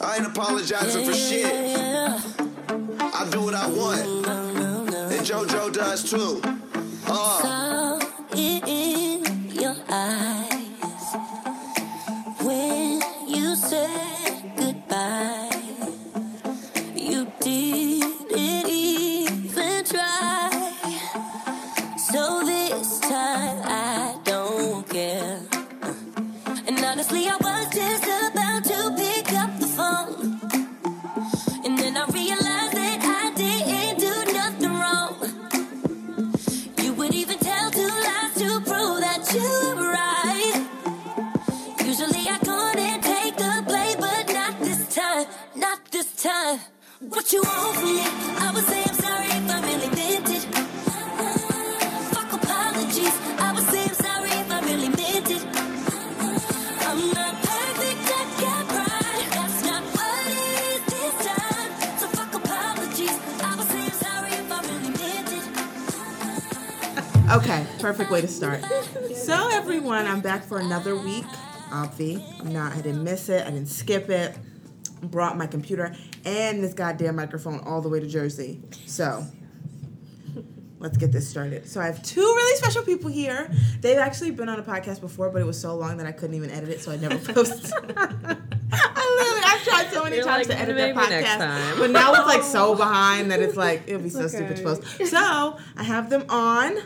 I ain't apologizing for shit. I do what I want, and JoJo does too. Uh, in your eyes when you said goodbye. You didn't even try. So this time I don't care. And honestly, I was just about to pick up the phone. And then I realized that I didn't do nothing wrong. You would even tell two lies to prove that you were right. Usually I come and take the blame, but not this time, not this time. What you want from me? I would say I'm sorry if I really meant it. Fuck apologies. I would say I'm sorry if I really meant it. I'm not perfect, I got pride. That's not what it is this time. So fuck apologies. I would say I'm sorry if I really meant it. Okay, perfect way to start. So everyone, I'm back for another week. Obvi, I'm not. I didn't miss it. I didn't skip it. Brought my computer and this goddamn microphone all the way to Jersey. So let's get this started. So I have two really special people here. They've actually been on a podcast before, but it was so long that I couldn't even edit it, so I never posted. I literally, I've tried so many You're times like, to edit "Maybe that podcast, next time." but now it's like so behind that it's like it'll be so stupid to okay. post. So I have them on,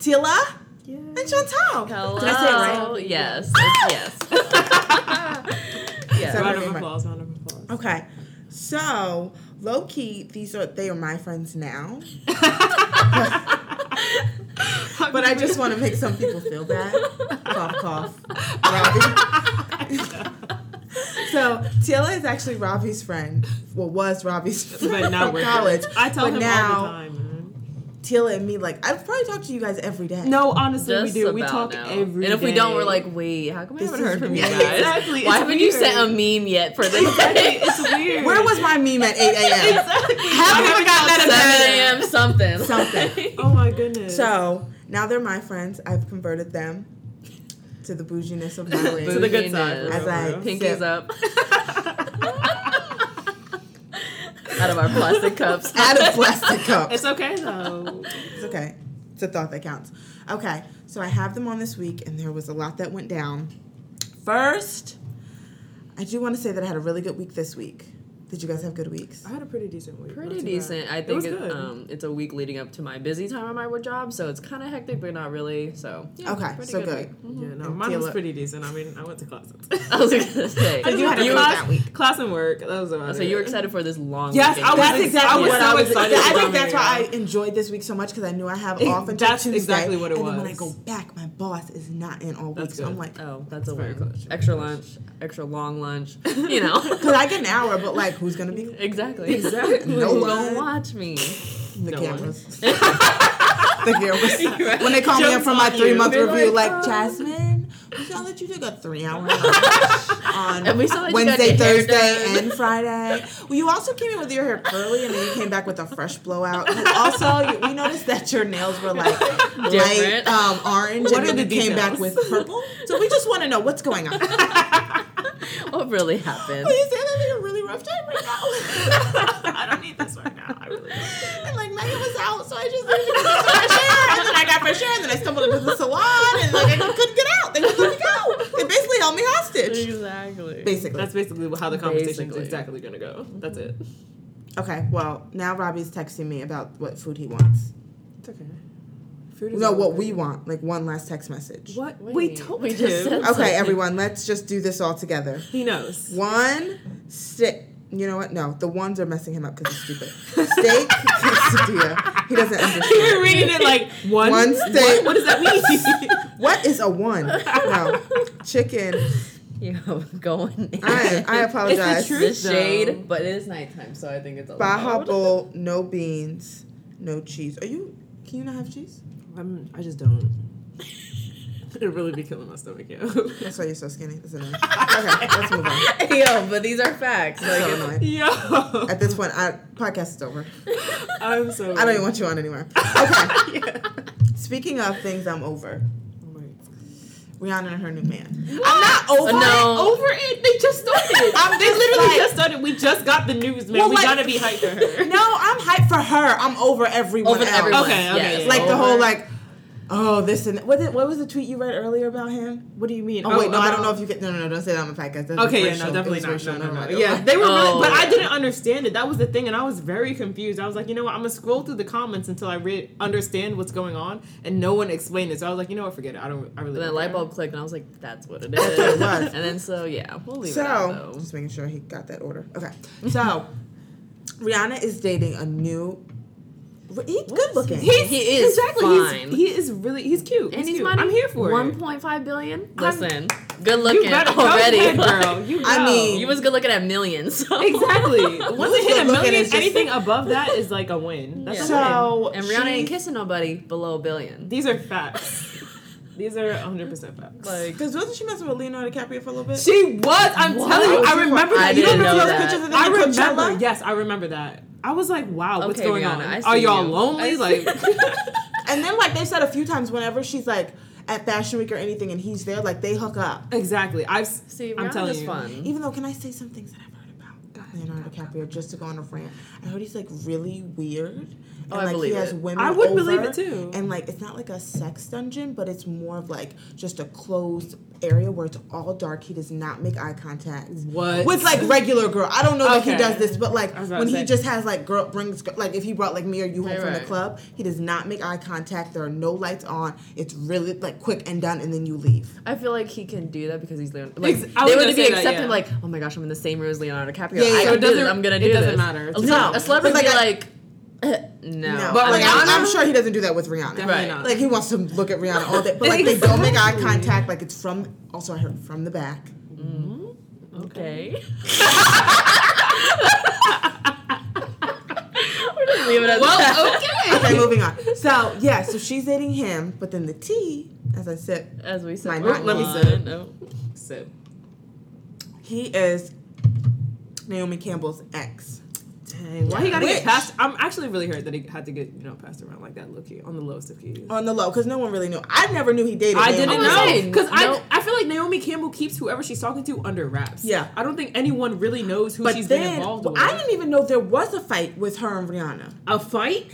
Tila Yeah. and Chantal. Hello. Did I say it right? Ah! Yes. it's yes. yes. Sorry. Round of applause, round of applause. Okay. So low key, these are they are my friends now. but I just want to make some people feel bad. cough, cough. Robbie. so Tila is actually Robbie's friend. Well, was Robbie's friend But now from we're college. college. I tell but him now, all the time. man. Tila and me, like I've probably talked to you guys every day. No, honestly, Just we do. We about talk now. every day. And if we don't, we're like, wait, how come we This haven't is heard from you weird. guys? Exactly, Why it's haven't you sent a weird. meme yet for this? Exactly. it's weird. Where was my meme at 8 a.m.? Haven't even gotten that 7 message. a.m. something. Something. Oh my goodness. So now they're my friends. I've converted them to the bouginess of my ways. To the good side. Bouginess. As I Pinkies sip. up. Out of our plastic cups. Out of plastic cups. It's okay though. It's okay. It's a thought that counts. Okay, so I have them on this week, and there was a lot that went down. First, I do want to say that I had a really good week this week. Did you guys have good weeks? I had a pretty decent week. not Pretty too bad. decent. I it think was it good. um, it's a week leading up to my busy time at my work job, so it's kind of hectic, but not really. So, yeah, okay, pretty so good. week. yeah, no, and Mm-hmm. mine was Kayla- pretty decent. I mean, I went to classes. I was gonna say. I just you had went a to good class, that week. class and work. That was about So it. you were excited for this long Yes, weekend. I was. That's ex- exactly I was what so I was. I excited about think it, that's why yeah. I enjoyed this week so much because I knew I have off until That's Tuesday. exactly what it and then when I was. go back, my boss is not in all week, That's so I'm good. like, Oh, that's a very win. clutch. Extra Very lunch, extra long lunch. You know. because I get an hour, but like, who's gonna be exactly. Exactly. No No one. Don't watch me. The No cameras. the cameras. When they call me up Joke's for my on you. three month They're review, like, like, Jasmine, we saw that you took a three hour on And we saw that you got Wednesday, your hair Thursday, done." and Friday. Well, you also came in with your hair curly, and then you came back with a fresh blowout. And also, you, we noticed that your nails were like light Different. uh, um, orange, What and are then the you came back with details? purple. So we just want to know what's going on. What really happened? Please say I'm having a really rough oh. time right now. I don't need this right now. I really. Don't. And like my hair was out, so I just literally went to fresh hair, and then I got fresh hair, and then I stumbled into the salon, and like I couldn't get out. They wouldn't let me go. They basically held me hostage. Exactly. Basically. That's basically how the conversation is Basically. exactly gonna go. That's it. okay. Well, now Robbie's texting me about what food he wants. It's okay. Food No, all what good. we want. Like one last text message. What we Wait, told we him. just said- Okay, everyone. Let's just do this all together. he knows. One steak. You know what? No, the ones are messing him up because he's stupid. Steak quesadilla. He doesn't understand. You're reading it like one. One steak. What, what does that mean? What is a one? No, chicken. You going? in. I I apologize. It's truth, the though. shade, but it is nighttime, so I think it's Baja allowed. bowl, no beans, no cheese. Are you? Can you not have cheese? I'm, I just don't. It'd really be killing my stomach, yo. That's why you're so skinny. That's annoying. Okay, let's move on. Yo, but these are facts. Like, So annoying. yo, At this point, I podcast is over. Oh. I'm so. I don't even want you on anymore. Okay. yeah. Speaking of things I'm over, Oh my- Rihanna and her new man. I'm not over No. it. Over it. They just started. I'm they just literally like- just started. We just got the news, man. Well, we like- gotta be hyped for her. No, I'm hyped for her. I'm over everyone Over else. everyone. Okay, okay, yes. yeah. Like the Over. whole like, oh this and what, did, what was the tweet you read earlier about him? What do you mean? Oh, wait, no, I don't know if you get. No, no, no, don't say that on the podcast. That's Okay, yeah, racial. no, definitely It's not. racial. No, no, Never no. mind. Yeah, they were Oh. really, but I didn't understand it. That was the thing, and I was very confused. I was like, you know what? I'm gonna scroll through the comments until I re- understand what's going on, and no one explained it. So I was like, you know what? Forget it. I don't. I And really. don't that light care. bulb clicked, and I was like, "That's what it what it is." was. and then so yeah, we'll leave it out So though. just making sure he got that order. Okay, so Rihanna is dating a new. He's good looking. He's, He is exactly. fine. He's, he is really. He's cute. And he's he's cute. money. I'm here for One it. point five billion. I'm- Listen, good You looking better go already. ahead, girl. You I go. mean- you was good looking at millions. so- Exactly. Once Who's it hit a good looking million, is just- anything above that is like a win. That's Yeah. a win. So And Rihanna ain't she- kissing nobody below a billion. These are facts. These are 100 percent facts. Like Because wasn't she messing with Leonardo DiCaprio for a little bit? She was. I'm What? telling you. I remember I that. You didn't remember know those that. pictures? of them I at remember. Coachella? Yes, I remember that. I was like, wow, what's Okay, going Rihanna, I on? see Are y'all you. I lonely? see you. Like, And then like they said a few times whenever she's like at Fashion Week or anything and he's there, like they hook up. exactly. I've. s- See, I'm Rihanna's telling you. fun. Even though, can I say some things that I've heard about Mm-hmm. Leonardo DiCaprio just to go on a rant? I heard he's like really weird. And Oh, I like believe he has it. women. I would over, believe it, too. And like it's not like a sex dungeon, but it's more of like just a closed area where it's all dark. He does not make eye contact. What? With like regular girl, I don't know that he Okay. does this, but like I was about when to he say. just has like girl brings gir- like if he brought like me or you home Right, from the right. club, he does not make eye contact. There are no lights on. It's really like quick and done, and then you leave. I feel like he can do that because he's Leonardo. Like Ex- I they was would gonna be say that, accepting, yeah. like, oh my gosh, I'm in the same room as Leonardo DiCaprio. Yeah, yeah, I yeah. can It do this. doesn't- I'm gonna it do doesn't this. matter. A, No. celeb- a celebrity But, would like, be I- like, no. No, But like, I'm, Rihanna- I'm sure he doesn't do that with Rihanna. Definitely Right. not. Like he wants to look at Rihanna all day, but like they don't make eye contact. Like it's from. Also, I heard from the back. Okay. We're just leaving it at that. well, okay. Okay, moving on. So yeah, so she's dating him, but then the T, as I said, As we My said, not let me one. say no. So, he is Naomi Campbell's ex. dang, why he gotta Which- get passed? I'm actually really hurt that he had to get you know passed around like that, low key, on the lowest of keys. On the low, because no one really knew. I never knew he dated. Oh, I Naomi didn't was Campbell. know saying, because no. I I feel like Naomi Campbell keeps whoever she's talking to under wraps. Yeah. I don't think anyone really knows who But she's been then involved well, with. I didn't even know there was a fight with her and Rihanna. a fight.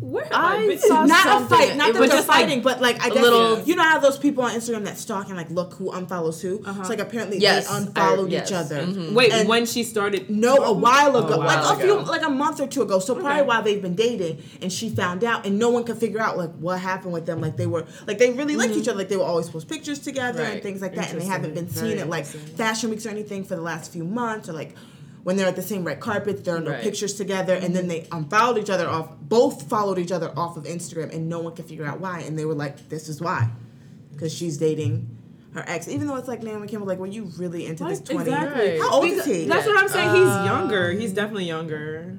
Where have I, I been? saw- not something. a fight, not It that was they're just, like, fighting, but like I guess little- you know how those people on Instagram that stalk and like look who unfollows who. It's like apparently Uh-huh. Yes, they I- unfollowed yes. Mm-hmm. each other. Wait, And- when she started? No, a while ago, A like while a few, ago. like a month or two ago. So probably Okay. while they've been dating, and she found out, and no one could figure out like what happened with them. Like they were, like they really liked Mm-hmm. each other. Like they would always post pictures together and Right. things like that. And they haven't been Interesting. seen at Very like fashion weeks or anything for the last few months, or like when they're at the same red carpet, there are no Right. pictures together. And then Mm-hmm. they unfollowed each other off. Both followed each other off of Instagram, and no one could figure out why. And they were like, "This is why," because she's dating. Her ex, even though it's like Naomi Campbell, like, were you really into this Like, twenty? exactly. How old is Because- he? That's what I'm saying. Uh, He's younger. He's definitely younger.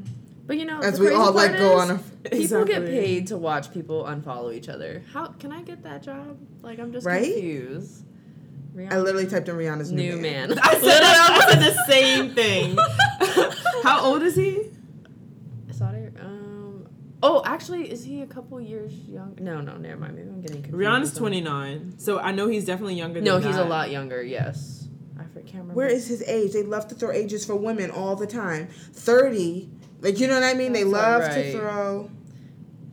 But you know, As the we crazy all, like, part go is, on a- People get Exactly. paid to watch people unfollow each other. How can I get that job? Like I'm just Right? confused. Rihanna, I literally typed in Rihanna's new, new man. I said, that, I said the same thing. How old is he? Saudi. Um. Oh, actually, is he a couple years young? No, no, never mind. Maybe I'm getting confused. Rihanna's with him. 29, so I know he's definitely younger. No, than he's a that. lot younger. Yes, I for- can't remember. Where is his age? They love to throw ages for women all the time. Thirty, like you know what I mean? They That's love alright. to throw.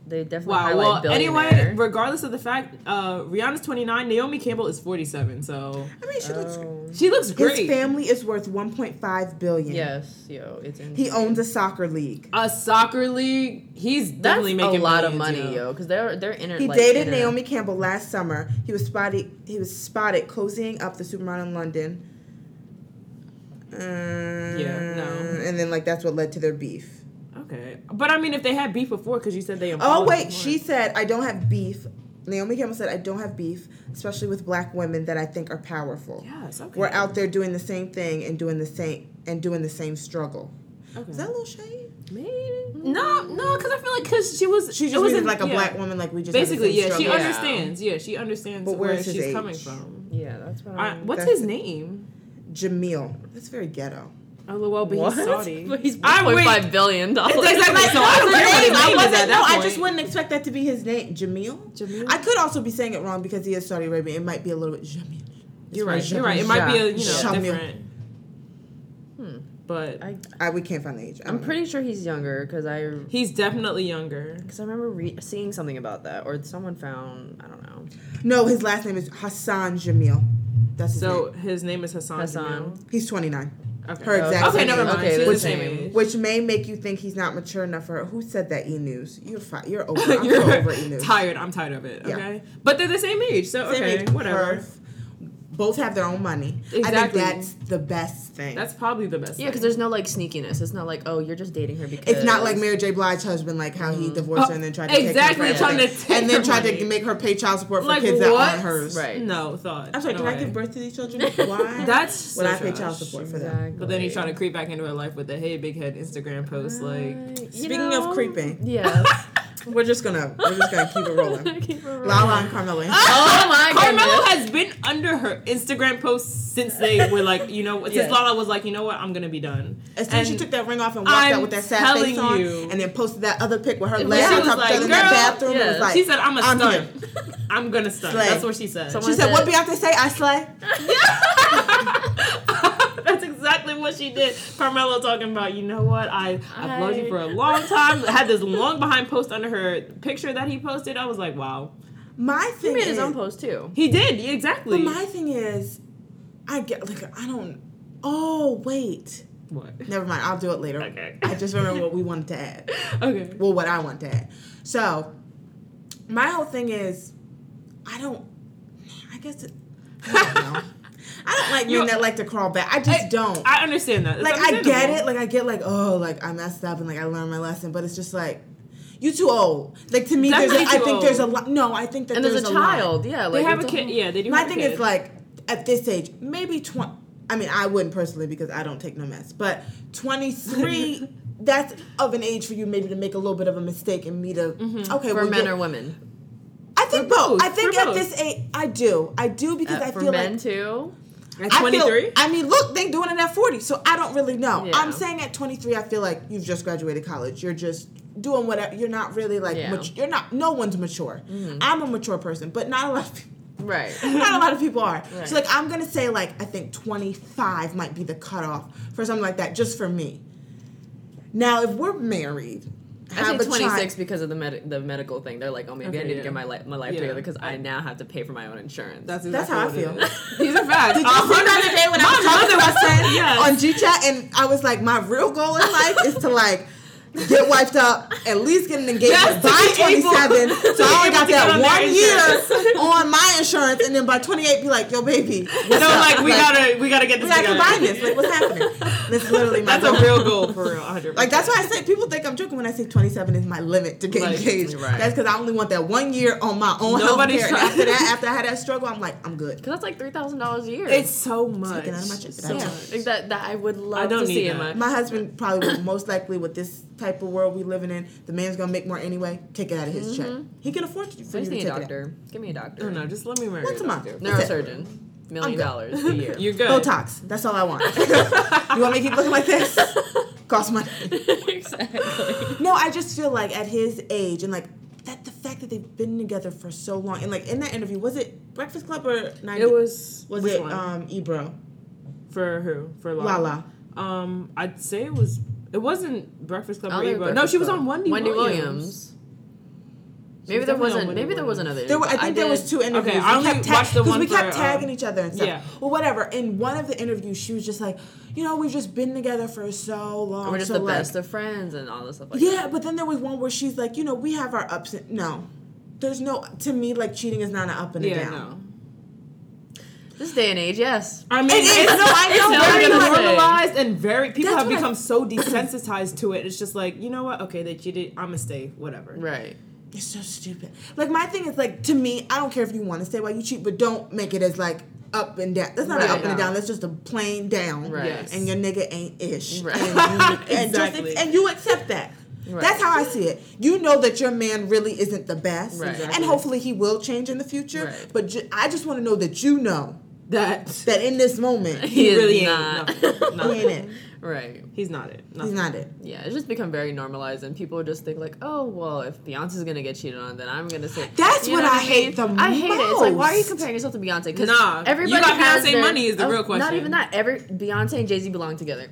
they definitely Wow. highlight Well, billionaire. anyway, regardless of the fact, uh, Rihanna's 29. Naomi Campbell is 47. So I mean, she looks. Oh. she looks His great. family is worth one point five billion. yes, yo, it's in. He owns a soccer league. a soccer league. He's That's definitely making a lot of millions, money, yo, because they're they're in it. He like, dated internet. Naomi Campbell last summer. He was spotted. He was spotted cozying up the supermodel in London. Uh, yeah, no. Uh, And then like that's what led to their beef. Okay, but I mean, if they had beef before, because you said they. Oh unfollowed wait, before. she said I don't have beef. Naomi Campbell said I don't have beef, especially with black women that I think are powerful. Yes. Okay. We're out there doing the same thing and doing the same and doing the same struggle. Okay. Is that a little shade? Maybe. No, no, because I feel like because she was She it just was was in- like a yeah. black woman, like we just have the Basically, same yeah, she struggle. under- understands. Yeah, she understands But where where's his she's age? Mm, coming from. Yeah, that's what I, I'm. what's That's- his name? Jamil. That's very ghetto. Oh, well, but What? he's Saudi. But he's I one point wait. five billion dollars. exactly- so I don't care what his name is no, at that I just point. wouldn't expect that to be his name. Jamil. Jamil? I could also be saying it wrong because he is Saudi Arabian. It might be a little bit Jamil. You're right. You're right. It might be a you know Shamil. different. But Hmm. I, I, we can't find the age. I I'm don't know. pretty sure he's younger because I he's definitely younger. because I remember re- seeing something about that or someone found I don't know. No, his last name is Hassan Jamil. That's his So name. his name is Hassan. Hassan. Jamil. He's 29, Okay. Her exact okay, same never age. mind. Okay, She's the which same name? age. which may make you think he's not mature enough for Who said that E News? You're fi- You're over. I'm so over E You're News. tired. I'm tired of it. Yeah. Okay, but they're the same age, so Same okay, age, whatever. perf. Both have their own money. I think Exactly. that's the best thing. That's probably the best. Yeah, because thing. there's no like sneakiness. It's not like oh you're just dating her because It's not like Mary J. Blige's husband, like how he divorced her and then tried to Mm. Oh, Exactly, take her trying to credit. take and then her tried money. to make her pay child support for Like, kids what? that aren't hers. Right. no thought. I'm sorry. No can I way. give birth to these children? Why? That's when so I pay trash. child support for them. Exactly. But then he's trying to creep back into her life with the hey big head Instagram post. Like You Speaking know, of creeping, Yeah. we're just gonna we're just gonna keep it rolling. Keep it rolling. Lala and Carmelo. Oh my Carmelo god. has been under her Instagram posts since they were like, you know, since Yeah. Lala was like, you know what, I'm gonna be done. As soon as she And- took that ring off and walked I'm out with that sad face telling on, you. and then posted that other pic with her She legs on was top of each like, other in that "Girl, bathroom, it was yeah. like she said, I'm a I'm stunt. here. I'm gonna stunt. Slay. That's what she said. Someone- She said, "What Beyonce say? I slay." That's exactly what she did. Carmelo talking about, you know what? I I've loved you I- for a long time. Had this long behind post under her picture that he posted. I was like, wow. My thing He made his is, own post too. He did yeah, exactly. But Oh my thing is, I get like I don't. Oh wait, what? never mind. I'll do it later. Okay. I just remember what we wanted to add. Okay. Well, what I want to add. So, my whole thing is, I don't. I guess it, I don't know. I don't like You- men that like to crawl back. I just I- don't. I understand that. It's like I get understandable. it. Like I get like oh like I messed up and like I learned my lesson, but it's just like. You too old. Like to me, there's a, Definitely I too think there's a old. lot. No, I think that And there's, a, lot. child. Yeah, like They have a it's kid. whole- Yeah, they do. My have a thing kid. is like at this age, maybe twenty. I mean, I wouldn't personally because I don't take no mess. But twenty three, that's of an age for you maybe to make a little bit of a mistake and me to okay. Mm-hmm. for well, men yeah. or women. I think for both. both, I think for at both. this age, I do. I do because Uh, I for feel men like. too. at I feel- 23. I mean, look, they doing it at 40, so I don't really know. Yeah. I'm saying at 23, I feel like you've just graduated college. You're just doing whatever. You're not really like, Yeah. mat- you're not, no one's mature. I'm a mature person, but not a lot of people. Right. not a lot of people are. Right. So like I'm gonna say like I think 25 might be the cutoff for something like that, just for me. Now if we're married, I have say a 26 child. because of the med- the medical thing. They're like, oh, maybe I Okay, need yeah. to get my li- my life Yeah. together because I now have to pay for my own insurance. That's how I exactly what feel. it is. These are facts. Did you see the other day when I was talking to my son yes. on GChat and I was like, my real goal in life is to like get wiped up, at least get an engagement Yes, to by be 27. able- to so I be only able got to get that on their one year on my insurance, and then by 28 be like, yo baby, No, like we gotta, we gotta get we this. gotta together. combine this. Like what's happening? That's literally my That's a goal. real goal for real. 100. Like that's why I say people think I'm joking when I say 27 is my limit to get Like, engaged. right. That's because I only want that one year on my own health Nobody's care. And trying- after that, after I had that struggle, I'm like, I'm good. Because that's like three thousand dollars a year. It's so much. Taken out of my check. So Yeah. much. Like, that that I would love I don't to need see in that. my. My husband probably will most likely with this type of world we living in, the man's gonna make more anyway. Take it out of his Mm-hmm. check. He can afford to for I you to take just need a it out. doctor. Give me a doctor. No, no, just let me marry. Once you. a month. That's it. Neurosurgeon. Million good. dollars a year. You're good. Botox. That's all I want. you want me to keep looking like this? Cost money. exactly. No, I just feel like at his age and like that the fact that they've been together for so long and like in that interview was it Breakfast Club or 90? It was. was which it one? um Ebro for who? For Lala. Lala Um, I'd say it was. It wasn't Breakfast Club. I'll Or leave Ebro. Breakfast No, she was Club. on Wendy, Wendy Williams. Williams. Maybe was there definitely on wasn't. Maybe Wendy there was Williams. another. There were, I interview, think but there was two interviews. Okay, I we only kept watched the because one we kept for, um, tagging each other and stuff. yeah. Well, whatever. In one of the interviews, she was just like, you know, we've just been together for so long. And we're just so the like- best of friends and all this stuff like yeah, but then there was one where she's like, you know, we have our ups and no. There's no to me like cheating is not an up and a Yeah, down. no. that. This day and age, yes. I mean, It is. it's- No, I know. it's What very I'm gonna say. normalized and very people That's have what I- become so desensitized to it. It's just like you know what? Okay, they cheated. I'ma stay. Whatever. Right. It's so stupid. Like my thing is like to me, I don't care if you want to say why you cheat, but don't make it as like up and down. That's not an Right. up and a down. That's just a plain down. Right. Yes. And your nigga ain't ish. Right. And, you, and, just- Exactly. and you accept that. Right. That's how I see it. You know that your man really isn't the best, Right. and hopefully he will change in the future. Right. But ju- I just want to know that you know that that in this moment He, is really ain't not. nothing. he ain't it. right. He's not it. Nothing. He's not it. Yeah, it's just become very normalized, and people just think like, oh, well, if Beyonce's gonna get cheated on, then I'm gonna say. That's You what know I mean? hate the I hate it. It's like, why are you most. comparing yourself to Beyonce? Because Nah, you everybody got has Beyonce their- money is the oh, real Not question. even that. Every Beyonce and Jay Z belong together.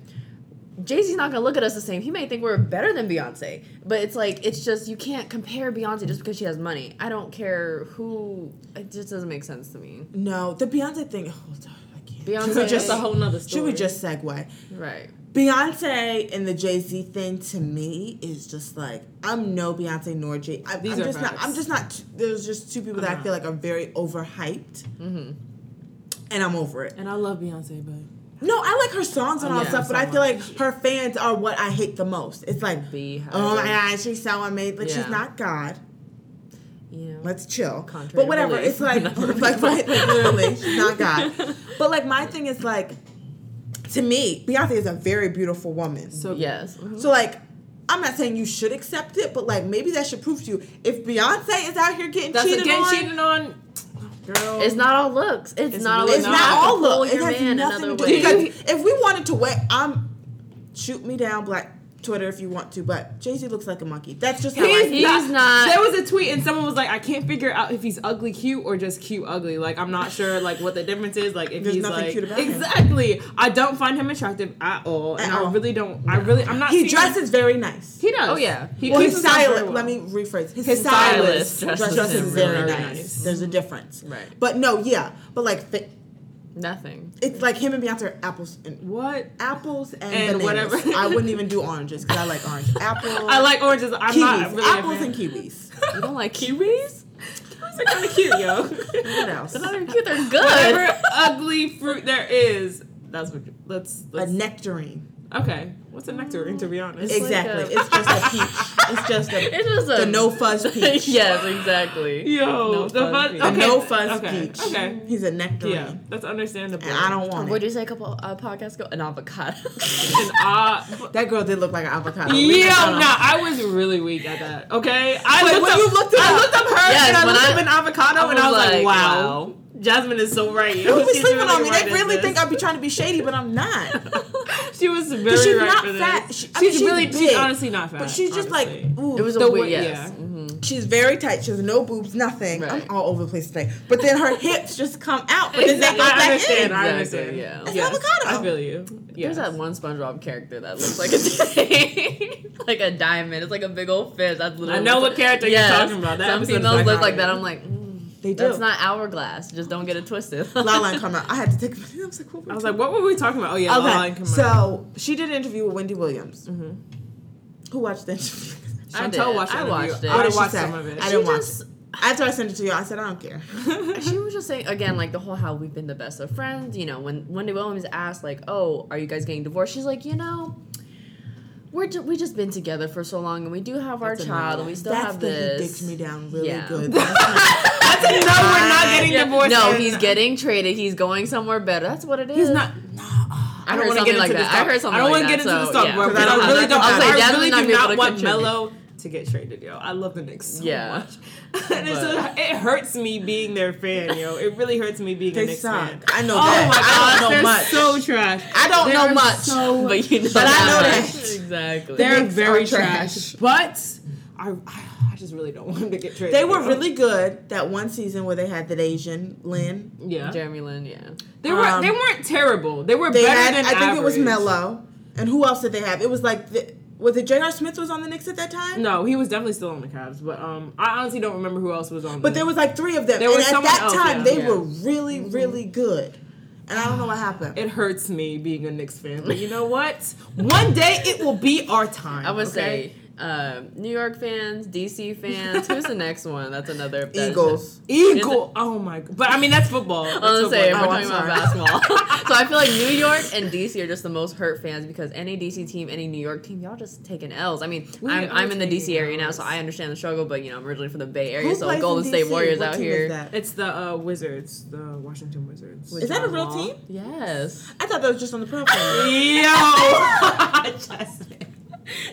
Jay Z's not gonna look at us the same. He may think we're better than Beyonce, but it's like it's just you can't compare Beyonce just because she has money. I don't care who. It just doesn't make sense to me. No, the Beyonce thing. Hold on, I can't. Beyonce- Should we just That's a whole nother story. should we just segue? Right. Beyonce and the Jay Z thing to me is just like I'm no Beyonce nor Jay. I, These I'm are just not. facts. I'm just not. There's just two people that I Uh-huh. Mm-hmm. feel like are very overhyped, and I'm over it. And I love Beyonce, but No, I like her songs and all Yeah, stuff, but so I feel like much. her fans are what I hate the most. It's like, Beehive. oh my god, she's so amazing, but she's Yeah. not God. You know. Let's chill. Contrary but to whatever. belief. It's like, Not like, really. like, like literally, she's not God. But like, my thing is like, to me, Beyonce is a very beautiful woman. so yes. Mhm. So like, I'm not saying you should accept it, but like maybe that should prove to you if Beyonce is out here getting That's cheated again on. cheating on. Girl, It's not all looks. It's, It's not all. really It's No, not I all You can pull look. It your has man nothing to another do. way. Because if we wanted to wait, I'm shoot me down, black Twitter, if you want to. But Jay Z looks like a monkey. That's just how I He's, feel. not, He's not- There was a tweet and someone was like, "I can't figure out if he's ugly cute or just cute ugly. Like I'm not sure like what the difference is. Like if There's he's nothing like cute about him. exactly. I don't find him attractive at all, and At all. I really don't. I really I'm not. He seeing- dresses very nice. He does. Oh, yeah. He Well, keeps his himself very stylist. well. Let me rephrase. His, His stylist, stylist dresses, dresses him very really nice. nice. There's a difference. Right. But no, yeah. But like, fi- Nothing. it's like him and Beyonce are apples and What? apples and, And bananas. whatever. I wouldn't even do oranges because I like orange. Apples. I like oranges. I'm kiwis. not really apples a fan. and kiwis. You don't like kiwis? Kiwis are kind of cute, yo. What else? They're not even cute. They're Whatever good. ugly fruit there is, that's what. Let's. A let's nectarine. okay. What's a nectarine? To be honest, It's like Exactly. a- it's just a peach. It's just a It's just the a no fuzz peach. yes, exactly. No yo, the fuzz fuzz. peach. A Okay. no fuzz okay. peach. Okay. He's a nectarine. Yeah, that's understandable. And I don't want What it. did you say a couple uh, podcasts ago? An avocado. And I- That girl did look like an avocado. We Yo, no, missed out on- I was really weak at that. Okay, I Wait, looked when up, you looked it I up? looked up her Yes, and I when looked I- up an avocado, I and I was was like, like, wow. wow. Jasmine is so right. yo. People be She's sleeping on me. right They in really this. think I be trying to be shady, but I'm not. she was very she's right not for this. fat. She- I mean, she's she's really, big, she's honestly not fat. but she's just honestly. like, ooh. It was a The weird way- yes. yeah. Mhm. she's very tight. She has no boobs, nothing. I'm Right. all over the place today. But then her hips just come out, but then they go Exactly. I back understand. in. I Exactly, understand. yeah. It's Yes, avocado. I feel you. Yes. There's that one SpongeBob character that looks like a like a diamond. It's like a big old fish. That's literally. I know what character you're talking about. That Some episode is females look like iconic. that. I'm like, mm, They do. that's not hourglass. Just don't get it twisted. La La come out. I had to take. I was like, what were I we was like, what were we talking about? Oh yeah, La La Okay, and Kamara. so she did an interview with Wendy Williams. Who watched the interview? I did. Chantel watched I it. watched it. I What did watched she say? some of it. I She didn't watch just- it. After I sent it to you, I said I don't care. she was just saying again, like the whole how we've been the best of friends. You know, when Wendy Williams asked, like, "Oh, are you guys getting divorced?" She's like, "You know, we're ju- we just been together for so long, and we do have our child, and we still That's have the he this." dicked me down really Yeah. good. That's no, we're not getting Yeah. divorced. No, and- he's getting traded. He's going somewhere better. That's what it is. He's not. I, don't heard wanna something like that. I heard something. I don't like want that, to get into so, the stuff yeah. where 'Cause I I, don't- really I don't. was like, I that's really not do gonna be able not to want contribute. Melo to get traded, yo. I love the Knicks so Yeah. much. and it's But- just- it hurts me being their fan, yo. It really hurts me being a they Knicks suck. fan. I know Oh that. my I gosh, don't know they're much. so trash. I don't They know are much. So, but you know, But I know that that. much. exactly. they're Knicks very are trash. trash. But I, I, I just really don't want them to get traded. they were yo. really good that one season where they had that Asian Lynn. yeah. Jeremy Lin, yeah. They were. Um, they weren't terrible. They were They better had. than I think it was average. Mello. And who else did they have? It was like the, was it J.R. Smith was on the Knicks at that time? No, he was definitely still on the Cavs, but um, I honestly don't remember who else was on. But there was like three of them, There and was at someone that else, time yeah. they Yeah. were really, really good. And I don't know what happened. It hurts me being a Knicks fan, but you know what? One day it will be our time. I would okay? say um, New York fans, DC fans. Who's the next one? That's another that is- Eagles. Eagle. oh my god! But I mean that's football. That's I was gonna say if football. we're Oh, I'm talking about sorry. basketball. so I feel like New York and DC are just the most hurt fans because any DC team, any New York team, y'all just taking L's. I mean, We I'm, are I'm in the DC taking area now, Ls. so I understand the struggle. But you know, I'm originally from the Bay Area, Who so plays in Golden State DC? Warriors What out team here. Is that? It's the uh, Wizards, the Washington Wizards. Is that a real John Wall. team? Yes, I thought that was just on the program. Yo, Justin.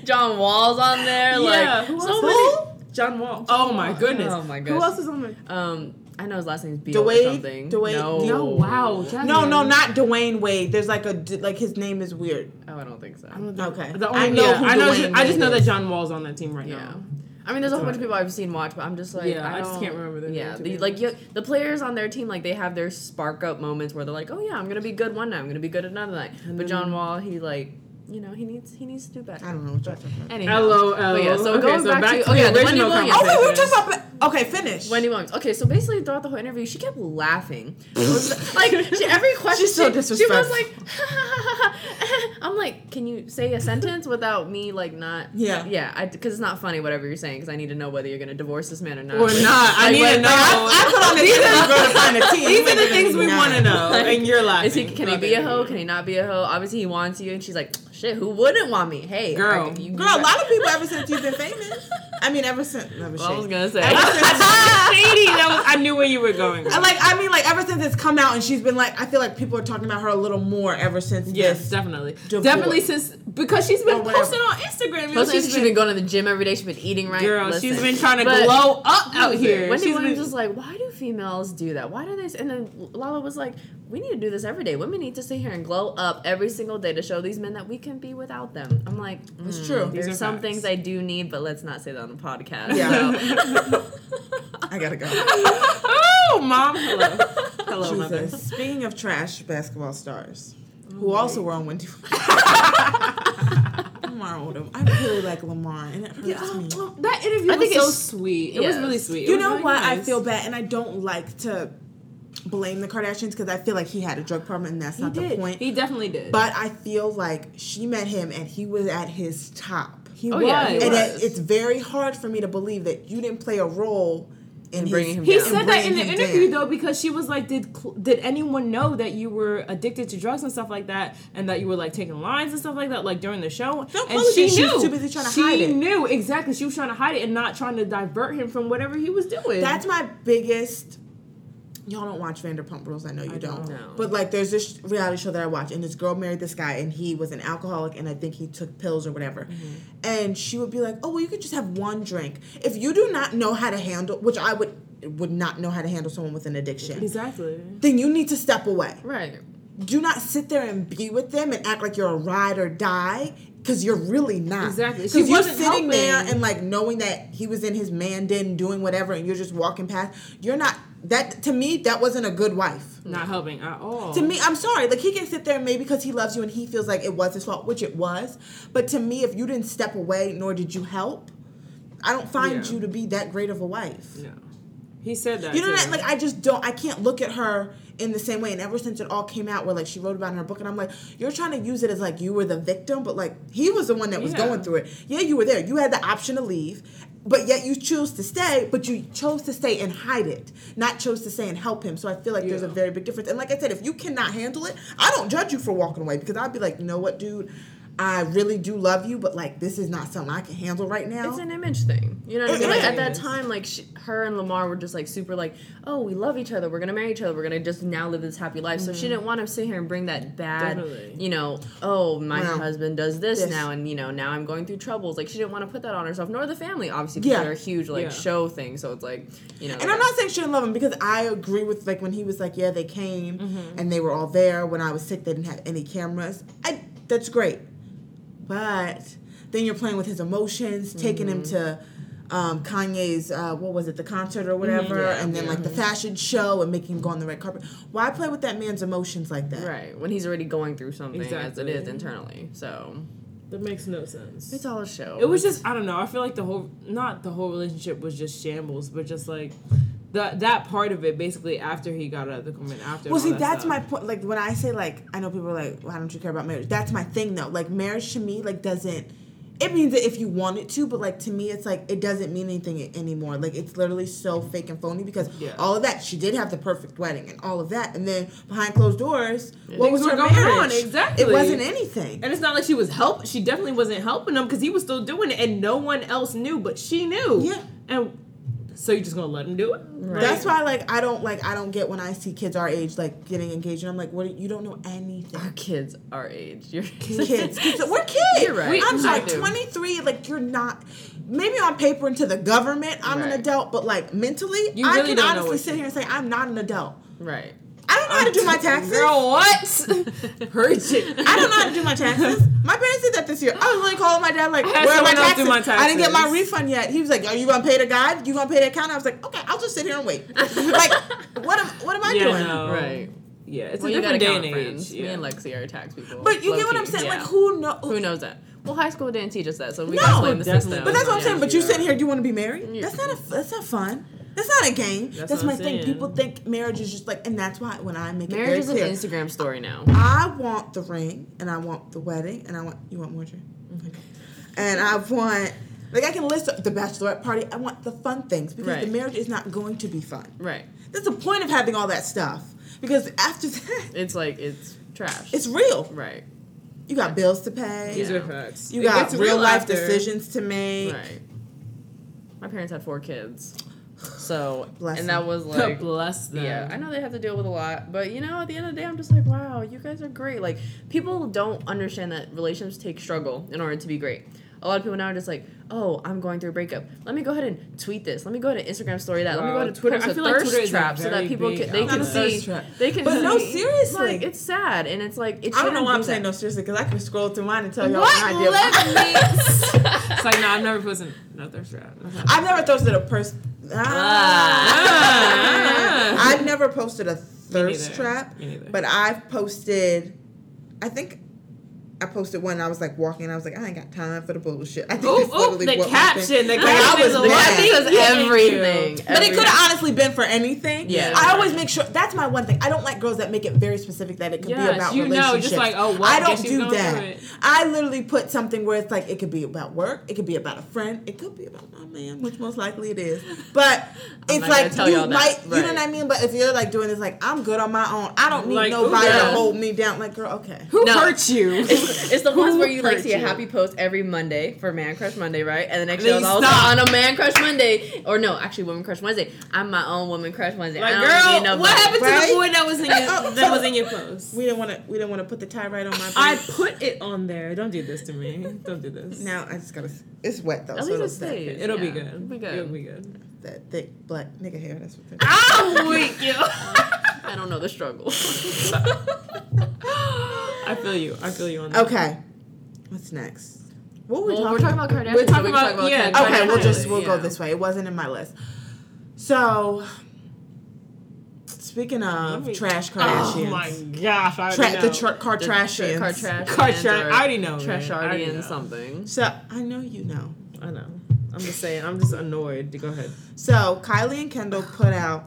John Wall's on there. Yeah, like who so else? many- John Wall. Oh my goodness. Oh my Who goodness. else is on there? Um, I know his last name's Beal Dwayne- or something. Dwayne- no. no, wow, Jasmine. No, no, not Dwayne Wade. There's like a d- like his name is weird. Oh, I don't think so. Okay, The only, I know. yeah, who I know. Dwayne I just Wade know that is. John Wall's on that team right Yeah. now. I mean, there's a whole bunch about of people I've seen watch, but I'm just like, Yeah, I, I just don't- can't remember their yeah, names, to the, be like honest. you, the players on their team, like they have their spark up moments where they're like, oh yeah, I'm gonna be good one night, I'm gonna be good another night. But John Wall, he like, you know, he needs he needs to do better. I don't know what you're talking about. Anyhow, LOL. But yeah, so Okay, going so back, back to, to oh the yeah, Wendy original Williams. Oh wait, we were Yes. talking about. Okay, finish. Wendy Williams. Okay, so basically throughout the whole interview, she kept laughing. It was like she, every question, She's so she was disrespectful. like, "I'm like, can you say a sentence without me like not? Yeah. yeah, because it's not funny whatever you're saying because I need to know whether you're gonna divorce this man or not. Or not. I Like, need to what- know. I put on the These team. are- I'm gonna find a team. These are the things we want to know, Like, and you're laughing. Is he? Can he Love be a it. hoe? Can he not be a hoe? Obviously, he wants you, and she's like, "Shit, who wouldn't want me?" Hey, Girl. I- you- Girl, a lot of people ever since you've been famous. I mean, ever since. Never Well, I was shade. gonna say. Shady, that was, I knew where you were going. I like I mean like ever since it's come out and she's been like I feel like people are talking about her a little more ever since Yes, this. definitely, Divorce. definitely since because she's been Or whatever. posting on Instagram. Plus, she's she's been going to the gym every day. She's been eating right. girl. Listen. She's been trying to But- glow up out here. Wendy She's Williams been- was like, why do females do that? Why do they? s-" And then Lala was like, we need to do this every day. Women need to sit here and glow up every single day to show these men that we can be without them. I'm like, It's mm, true. There's These are some facts. things I do need, but let's not say that on the podcast. Yeah. so. I gotta go. oh, mom, hello, hello, mother. Jesus. Speaking of trash basketball stars, Oh, who also were on Wendy. Lamar Odom. I really like Lamar, and it hurts me. Oh, that interview I think was so it's- sweet. It was yes. really sweet. It you was know really what? I nice. feel bad, and I don't like to blame the Kardashians because I feel like he had a drug problem, and that's He not the did. point. He definitely did. but I feel like she met him, and he was at his top. He Oh, yeah, he and was. it- it's very hard for me to believe that you didn't play a role in, his- bringing him He Yeah. said And that in bring the him interview down. though because she was like, "Did cl- did anyone know that you were addicted to drugs and stuff like that, and that you were like taking lines and stuff like that, like during the show?" Don't and publish it. She was too busy trying to she hide it. knew exactly. She was trying to hide it and not trying to divert him from whatever he was doing. That's my biggest. Y'all don't watch Vanderpump Rules. I know you don't. don't. No. But like, there's this reality show that I watch, and this girl married this guy, and he was an alcoholic, and I think he took pills or whatever. And she would be like, "Oh well, you could just have one drink. If you do not know how to handle, which I would would not know how to handle someone with an addiction, exactly. then you need to step away. right. Do not sit there and be with them and act like you're a ride or die." Because you're really not. Exactly. She Because you're wasn't sitting there helping. and like knowing that he was in his man den doing whatever and you're just walking past you're not that to me that wasn't a good wife Not helping at all. Hmm. to me i'm sorry like he can sit there maybe because he loves you and he feels like it was his fault which it was but to me if you didn't step away nor did you help i don't find Yeah. you to be that great of a wife no. He said that. you know too. that like I just don't I can't look at her in the same way. And ever since it all came out, where like she wrote about it in her book, and I'm like, you're trying to use it as like you were the victim, but like he was the one that was Yeah. going through it. Yeah, you were there. You had the option to leave, but yet you chose to stay. But you chose to stay and hide it, not chose to stay and help him. So I feel like there's a Yeah. very big difference. And like I said, if you cannot handle it, I don't judge you for walking away because I'd be like, you know what, dude. I really do love you, but like this is not something I can handle right now. It's an image thing. You know what I It mean? Like at that is. time, like she, her and Lamar were just like super like, oh, we love each other. We're gonna marry each other. We're gonna just now live this happy life. So she didn't want to sit here and bring that bad, Definitely. you know, oh, my Wow. husband does this, This. now, and you know, now I'm going through troubles. Like she didn't want to put that on herself nor the family, obviously, Yeah. because they're a huge like Yeah. show thing. So it's like, you know, And I'm not saying she didn't love him because I agree with like when he was like, yeah, they came and they were all there. When I was sick, they didn't have any cameras. I that's great, but then you're playing with his emotions, taking him to um, Kanye's uh, what was it, the concert or whatever, Yeah, and then like the fashion show and making him go on the red carpet. Why play with that man's emotions like that? right when he's already going through something as it Exactly. is internally. So that makes no sense. it's all a show. It was just I don't know. I feel like the whole not the whole relationship was just shambles, but just like that that part of it basically after he got out of the commitment after. Well, all see, that that's stuff. my point. Like when I say like, I know people are like, "Why don't you care about marriage?" That's my thing though. Like marriage to me, like doesn't. It means it if you want it to, but like to me, it's like it doesn't mean anything a- anymore. Like it's literally so fake and phony because Yeah. all of that she did have the perfect wedding and all of that, and then behind closed doors, what Things was were her going marriage? on, exactly. it wasn't anything. And it's not like she was help. She definitely wasn't helping him because he was still doing it, and no one else knew, but she knew. Yeah. And So you're just gonna let him do it? Right. That's why, like, I don't like, I don't get when I see kids our age like getting engaged, and I'm like, what? You don't know anything. Our kids our age. Your kids, kids, we're kids. You're right. I'm We- I like do. 23. Like, you're not. Maybe on paper and to the government, I'm an Right. adult, but like mentally, You I really can don't know honestly what sit here and say I'm not an adult. Right. I don't know how to do my taxes. Girl, what? Heard you. I don't know how to do my taxes. My parents did that this year. I was literally calling my dad like, had "Where are my someone else do taxes? my I didn't get my taxes. refund yet." He was like, "Are you gonna pay the guy? You gonna pay the accountant?" I was like, "Okay, I'll just sit here and wait." like, what am what am I Yeah, doing? no. Right. Yeah, it's Well, a you got different to day count and age. friends. Me Yeah. and Lexi are tax people. But you get what Low-key. I'm saying? Yeah. Like, who know? Who knows that? Well, high school didn't teach us that, so we No, can blame the definitely. system. But that's what I'm Yeah. saying. But you Yeah. sitting here, do you want to be married? Yeah. That's not a that's not fun. That's not a game. That's, That's my what I'm thing. saying. People think marriage is just like, and that's why when I make Marriage it is an very clear, Instagram story now. I want the ring and I want the wedding and I want you want more drink? Okay. And I want like I can list the bachelorette party. I want the fun things because the Right. marriage is not going to be fun. Right. That's the point of having all that stuff because after that, It's like, it's trash. it's real. right. You got bills to pay. These Yeah. are facts. You It got gets real, life after. decisions to make. Right. My parents had four kids. So, Bless and them. that was like, Bless them. Yeah, I know they have to deal with a lot, but you know, at the end of the day, I'm just like, wow, you guys are great. Like, people don't understand that relationships take struggle in order to be great. A lot of people now are just like, oh, I'm going through a breakup. Let me go ahead and tweet this. Let me go ahead and Instagram story that. Let Wow, me go to Twitter- Twitter. I Post a feel like thirst Twitter is a trap so that very people big can, they outlet. can Not a see. thirst trap. They can. But see, no, seriously. Like, it's sad, and it's like it I don't know why I'm saying no shouldn't seriously because I can scroll through mine and tell do y'all that. what I did. What? Let me- It's like, no, I've never posted no thirst trap. I've never posted a person. Ah. I've never posted a thirst neither. trap, Me neither. but I've posted. I think I posted one. I was like walking. and I was like, I ain't got time for the bullshit. I think Oh, that's oh, literally the what my thing- caption. The Like, caption I is was a mad. lot. That says everything. But it everything. could have honestly been for anything. Yeah. I always make sure that's my one thing. I don't like girls that make it very specific that it could Yes, be about you know, just relationships. like, oh, well, I I guess don't she's do going through that. it. I literally put something where it's like it could be about work, it could be about a friend, it could be about my man, which most likely it is. But it's not gonna like tell you y'all that. might you know Right. what I mean? But if you're like doing this like I'm good on my own, I don't need Like, nobody ooh, to yeah. hold me down. Like, girl, okay. Who No. hurt you? It's, it's the ones where you like hurt see a you? happy post every Monday for Man Crush Monday, right? And the next And show is then you also stop. "Oh, on a Man Crush Monday, or no, actually Woman Crush Wednesday. I'm my own Woman Crush Wednesday. Like, I don't need girl, nobody. what happened Right? to the boy that was in your, Oh, that so- was in your post? We didn't want to. We didn't want to put the tie right on my. I face. put it on there. Don't do this to me. Don't do this. now I just gotta. It's wet though. At so least it it's that, stays. It'll be Yeah, good. It'll be good. It'll be good. that thick black nigga hair. That's what. they're- I'm with you. I don't know the struggle. I feel you. I feel you on that. Okay. What's next? What were we well, talking we're talking about Kardashians. We're talking so we can about- yeah, Kim Okay, we'll Kardashian. just we'll go Yeah. this way. It wasn't in my list. So speaking Let of me- trash Oh Kardashians. my gosh! I Tra- already the know. tra- The tra- Kardashians. Kardashians. Kardashian- or I already know, man. I Trashardian already know. something. so I know you know. I know. I'm just saying. I'm just annoyed. Go ahead. So Kylie and Kendall put out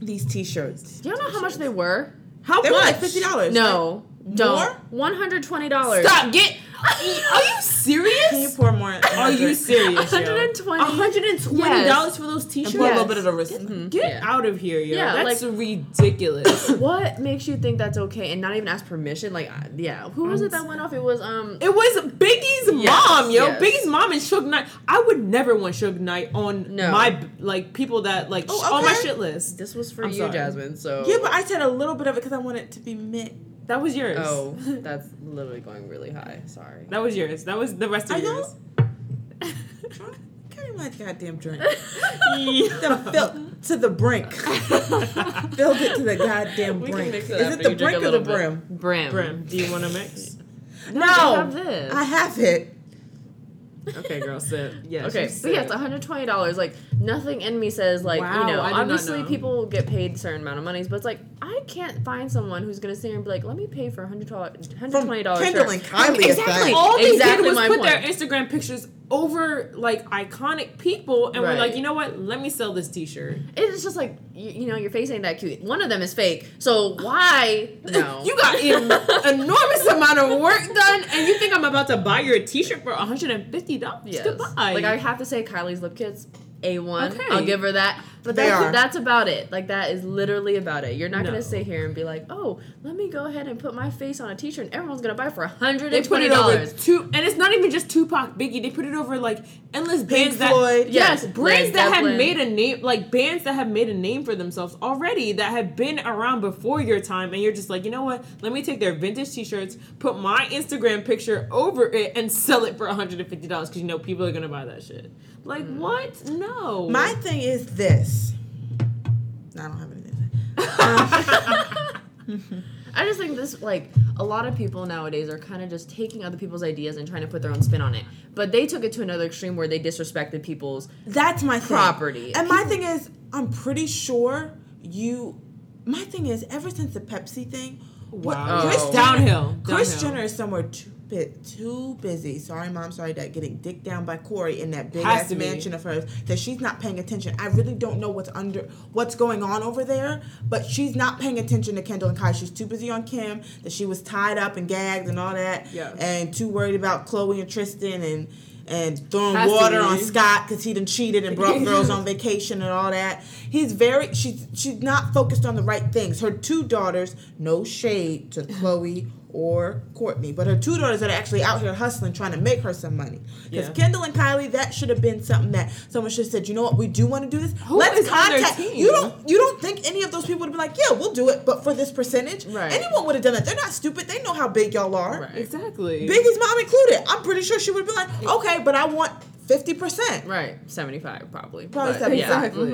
these T-shirts. Do you know how much they were? How They were much? like fifty dollars. No. More? Don't. One hundred twenty dollars. Stop. Get. Are you serious? Can you pour more? in- Are you serious? yo? 120. $120 Yes. for those And t-shirts? pour a little Yes. bit of the wrist. Get Yeah. out of here, yo. Yeah, That's like- ridiculous. What makes you think that's okay and not even ask permission? Like, I- yeah, who was it that went off? It was um. it was Biggie's Yes, mom, yo. yes. Biggie's mom and Suge Knight. I would never want Suge Knight on No. my like people that like Oh, sh- on my okay. shit list. This was for I'm you, sorry. Jasmine. So Yeah, but I said a little bit of it because I want it to be mixed. That was yours. oh, that's literally going really high. Sorry. that was yours. That was the rest of I yours. Carry my goddamn drink. Then Yeah. filled to the brink. filled it to the goddamn We can brink. mix Is it it after the you drink brink a or the little bit. brim? Brim. Brim, do you want to mix? No, I have this. I have it. Okay, girl, sit. Yeah. Okay, she but yeah, it's sit. $120. Like, nothing in me says, like, Wow, you know, I did not obviously know. people get paid a certain amount of monies, but it's like, I can't find someone who's going to sit here and be like, let me pay for a $100, From $120 Kendall shirt. and Kylie. is Exactly. that- All they Exactly did was my put their point. Instagram pictures over like iconic people, and Right. we're like, you know what? Let me sell this T-shirt. It's just like, you, you know, your face ain't that cute. One of them is fake, so why? No. You got an enormous amount of work done, and you think I'm about to buy your T-shirt for 150 dollars? Yes. Goodbye. Like I have to say, Kylie's lip kits. A one. Okay. I'll give her that. But They that's are. that's about it. Like that is literally about it. You're not No. gonna sit here and be like, oh, let me go ahead and put my face on a T-shirt and everyone's gonna buy it for hundred They and put twenty it over dollars. two, and it's not even just Tupac, Biggie. They put it over like endless Pink bands that Floyd. yes, Led brands that Zeppelin. have made a name, like bands that have made a name for themselves already that have been around before your time, and you're just like, you know what? Let me take their vintage T-shirts, put my Instagram picture over it, and sell it for 150 dollars because you know people are gonna buy that shit. Like what? No, My thing is this. No, I don't have anything. to say. I just think this like a lot of people nowadays are kind of just taking other people's ideas and trying to put their own spin on it. But they took it to another extreme where they disrespected people's That's my thing. Property. And my thing is, I'm pretty sure you. My thing is, ever since the Pepsi thing, what- Wow. Kris Oh. Downhill, Chris downhill. Jenner is somewhere too bit too busy. Sorry, mom. Sorry, dad. Getting dicked down by Corey in that big Has ass to be. mansion of hers that she's not paying attention. I really don't know what's under what's going on over there, but she's not paying attention to Kendall and Kai. She's too busy on Kim. That she was tied up and gagged and all that, Yeah. and too worried about Chloe and Tristan and. And throwing Has to water on be. Scott because he done cheated and brought girls on vacation and all that. He's very she's she's not focused on the right things. Her two daughters, no shade to Chloe or Courtney, but her two daughters that are actually out here hustling trying to make her some money. Because Yeah. Kendall and Kylie, that should have been something that someone should have said. You know what? We do want to do this. Who is on their team? You don't you don't think any of those people would be like, yeah, we'll do it, but for this percentage, Right. anyone would have done that. They're not stupid. They know how big y'all are. Right. exactly. Biggie's mom included. I'm pretty sure she would have been like, okay, but I want 50%. right seventy five probably. Probably But, 75. yeah. Exactly.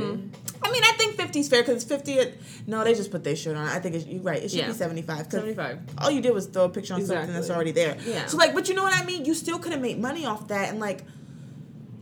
I mean, I think 50 is fair because 50. It, no, they just put their shirt on. I think it's, you're right. It should Yeah. be 75. 'cause 75. All you did was throw a picture on something Exactly. that's already there. Yeah. So, like, but you know what I mean? You still could have made money off that and, like,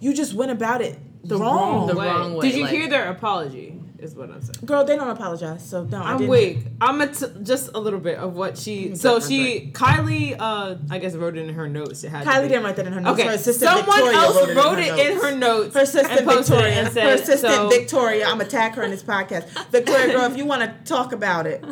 you just went about it the wrong, the wrong way, Did you like- hear their apology? Is what I'm saying. Girl, they don't apologize. So, don't. I'm weak. I'm a t- just a little bit of what she. So my she Kylie, uh, I guess wrote it in her notes. It had to Kylie be. didn't write that in her notes. Okay, Her assistant someone Victoria else wrote it, in her notes. Her assistant and posted Victoria. it and her said, assistant so, Victoria. I'm attack her in this podcast. Victoria, girl, if you want to talk about it,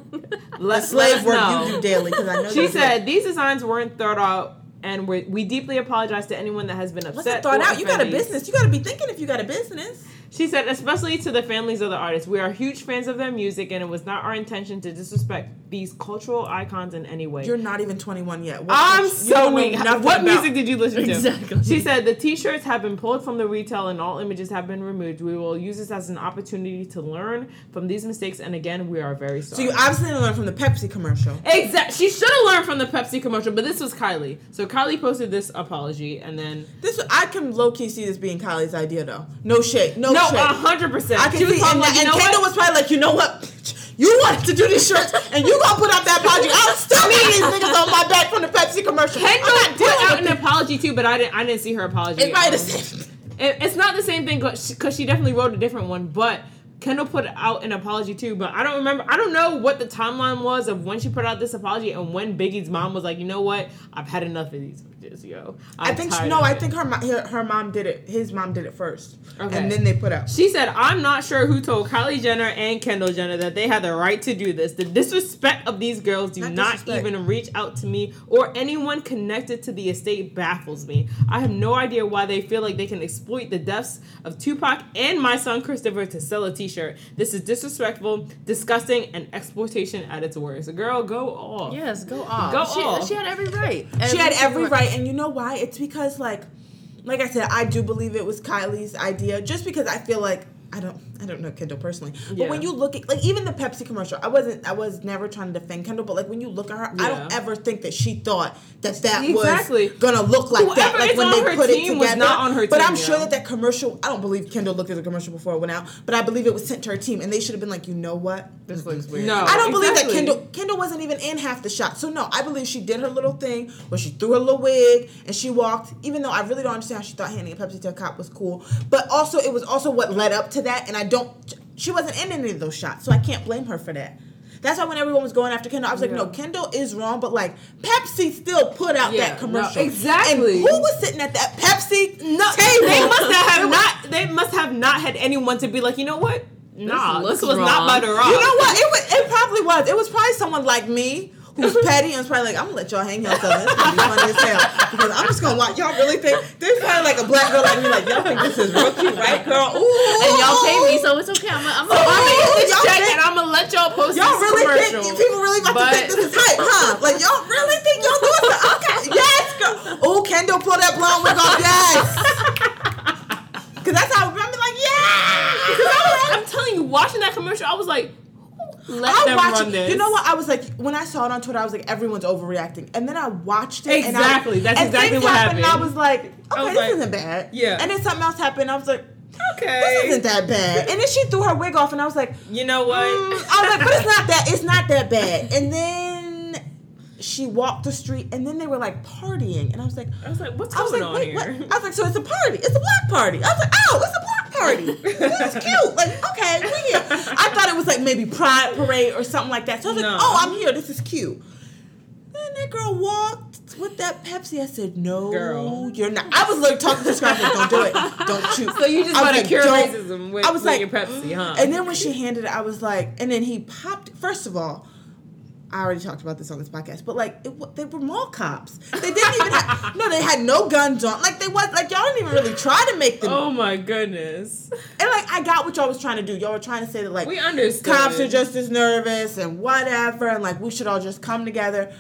Let's slave let work us you do know. daily because I know. you She do. said these designs weren't thought out, and we we deeply apologize to anyone that has been "What's that upset. thought or out? You got a offended." business. You got to be thinking if you got a business." She said, especially to the families of the artists, we are huge fans of their music, and it was not our intention to disrespect these cultural icons in any way. You're not even 21 yet. What- I'm you so don't know weak. nothing What about- music did you listen to? Exactly. She said the T-shirts have been pulled from the retail and all images have been removed. We will use this as an opportunity to learn from these mistakes. And again, we are very So sorry. you obviously didn't learn from the Pepsi commercial. exactly. She should have learned from the Pepsi commercial, but this was Kylie. So Kylie posted this apology, and then This I can low key see this being Kylie's idea though. No shit. No, no, Oh, shit. hundred percent. I can She was see, and, probably like, you and know Kendall what? was probably like, you know what? You wanted to do these shirts, and you gonna put out that apology. I'm still eating these niggas on my back from the Pepsi commercial. I'm Kendall not put out dealing an with it. apology too, but I didn't. I didn't see her apology. It's probably the Um, same. It, it's not the same thing because she definitely wrote a different one, but Kendall put out an apology too. But I don't remember. I don't know what the timeline was of when she put out this apology and when Biggie's mom was like, you know what, I've had enough of these bitches, yo. I I'm think tired no. of I it." think her, mo- her her mom did it. His mom did it first, Okay. and then they put out. She said, I'm not sure who told Kylie Jenner and Kendall Jenner that they had the right to do this. The disrespect of these girls do Not not, disrespect. even reach out to me or anyone connected to the estate baffles me. I have no idea why they feel like they can exploit the deaths of Tupac and my son Christopher to sell a t-shirt. This is disrespectful, disgusting, and exploitation at its worst. Girl, go off. Yes, go off. Go she, off. she had every right. she had every right and you know why it's because like like i said i do believe it was kylie's idea just because i feel like i don't i don't know kendall personally but when Yeah. you look at like even the pepsi commercial i wasn't i was never trying to defend kendall but like when you look at her i don't Yeah. ever think that she thought that that Exactly. was gonna look like that Whoever like is on her team was not on her but team, i'm sure yeah. that that commercial i don't believe kendall looked at the commercial before it went out but i believe it was sent to her team and they should have been like you know what This looks weird. No. I don't believe that Exactly. Kendall Kendall wasn't even in half the shot. So no, I believe she did her little thing where she threw her little wig and she walked. Even though I really don't understand how she thought handing a Pepsi to a cop was cool, but also it was also what led up to that. And I don't, she wasn't in any of those shots, so I can't blame her for that. That's why when everyone was going after Kendall, I was like, Yeah. no, Kendall is wrong, but like Pepsi still put out Yeah, that no, commercial. exactly. And who was sitting at that Pepsi no, table? They must have not. They must have not had anyone to be like, you know what? Nah, this looks was not wrong." butter off. You know what? It was, it probably was. It was probably someone like me who's petty and was probably like, I'm gonna let y'all hang yourself. This is gonna be funny as hell because I'm just gonna watch y'all really think. There's probably like a black girl like me, like y'all think this is real cute, right, Oh! girl? Ooh, And y'all pay me, so it's okay. I'm gonna I'm Oh, oh, this y'all check think- and I'm gonna let y'all post Y'all this really commercial. think people really about to think But- this is hype, huh? Like y'all really think y'all doing this? Okay, yes, girl. Oh, Kendall, pull that blonde wig off, yes. Cause that's how I'm like, Because yeah. I was, I'm telling you, watching that commercial, I was like, let I them watched run this. You know what? I was like, when I saw it on Twitter, I was like, everyone's overreacting. And then I watched it. Exactly. And I, That's and exactly things what happened, And I happened. was like, okay, was this like, isn't bad. yeah. And then something else happened. I was like, Okay. this isn't that bad. And then she threw her wig off, and I was like, You know what? Mm, I was like, but it's not that. It's not that bad. And then she walked the street, and then they were like partying, and I was like, I was like, what's I was going like, on wait, here? what? I was like, so it's a party. It's a black party. I was like, oh, it's a black party. That's cute. Like, okay, we here. I thought it was like maybe pride parade or something like that. So I was No. like, oh, I'm here. This is cute. Then that girl walked with that Pepsi. I said, no, Girl. you're not. I was like talking to Scott, like, don't do it. Don't shoot. So you just I was want to like, cure don't- racism with, I was with like, "Mm." your Pepsi, huh? and then when she handed it, I was like, and then he popped. First of all, I already talked about this on this podcast, but like it, wa- they were mall cops. They didn't even have, no, they had no guns on. Like they was like y'all didn't even really try to make them. oh my goodness. And like I got what y'all was trying to do. Y'all were trying to say that like We understood. cops are just as nervous and whatever, and like we should all just come together.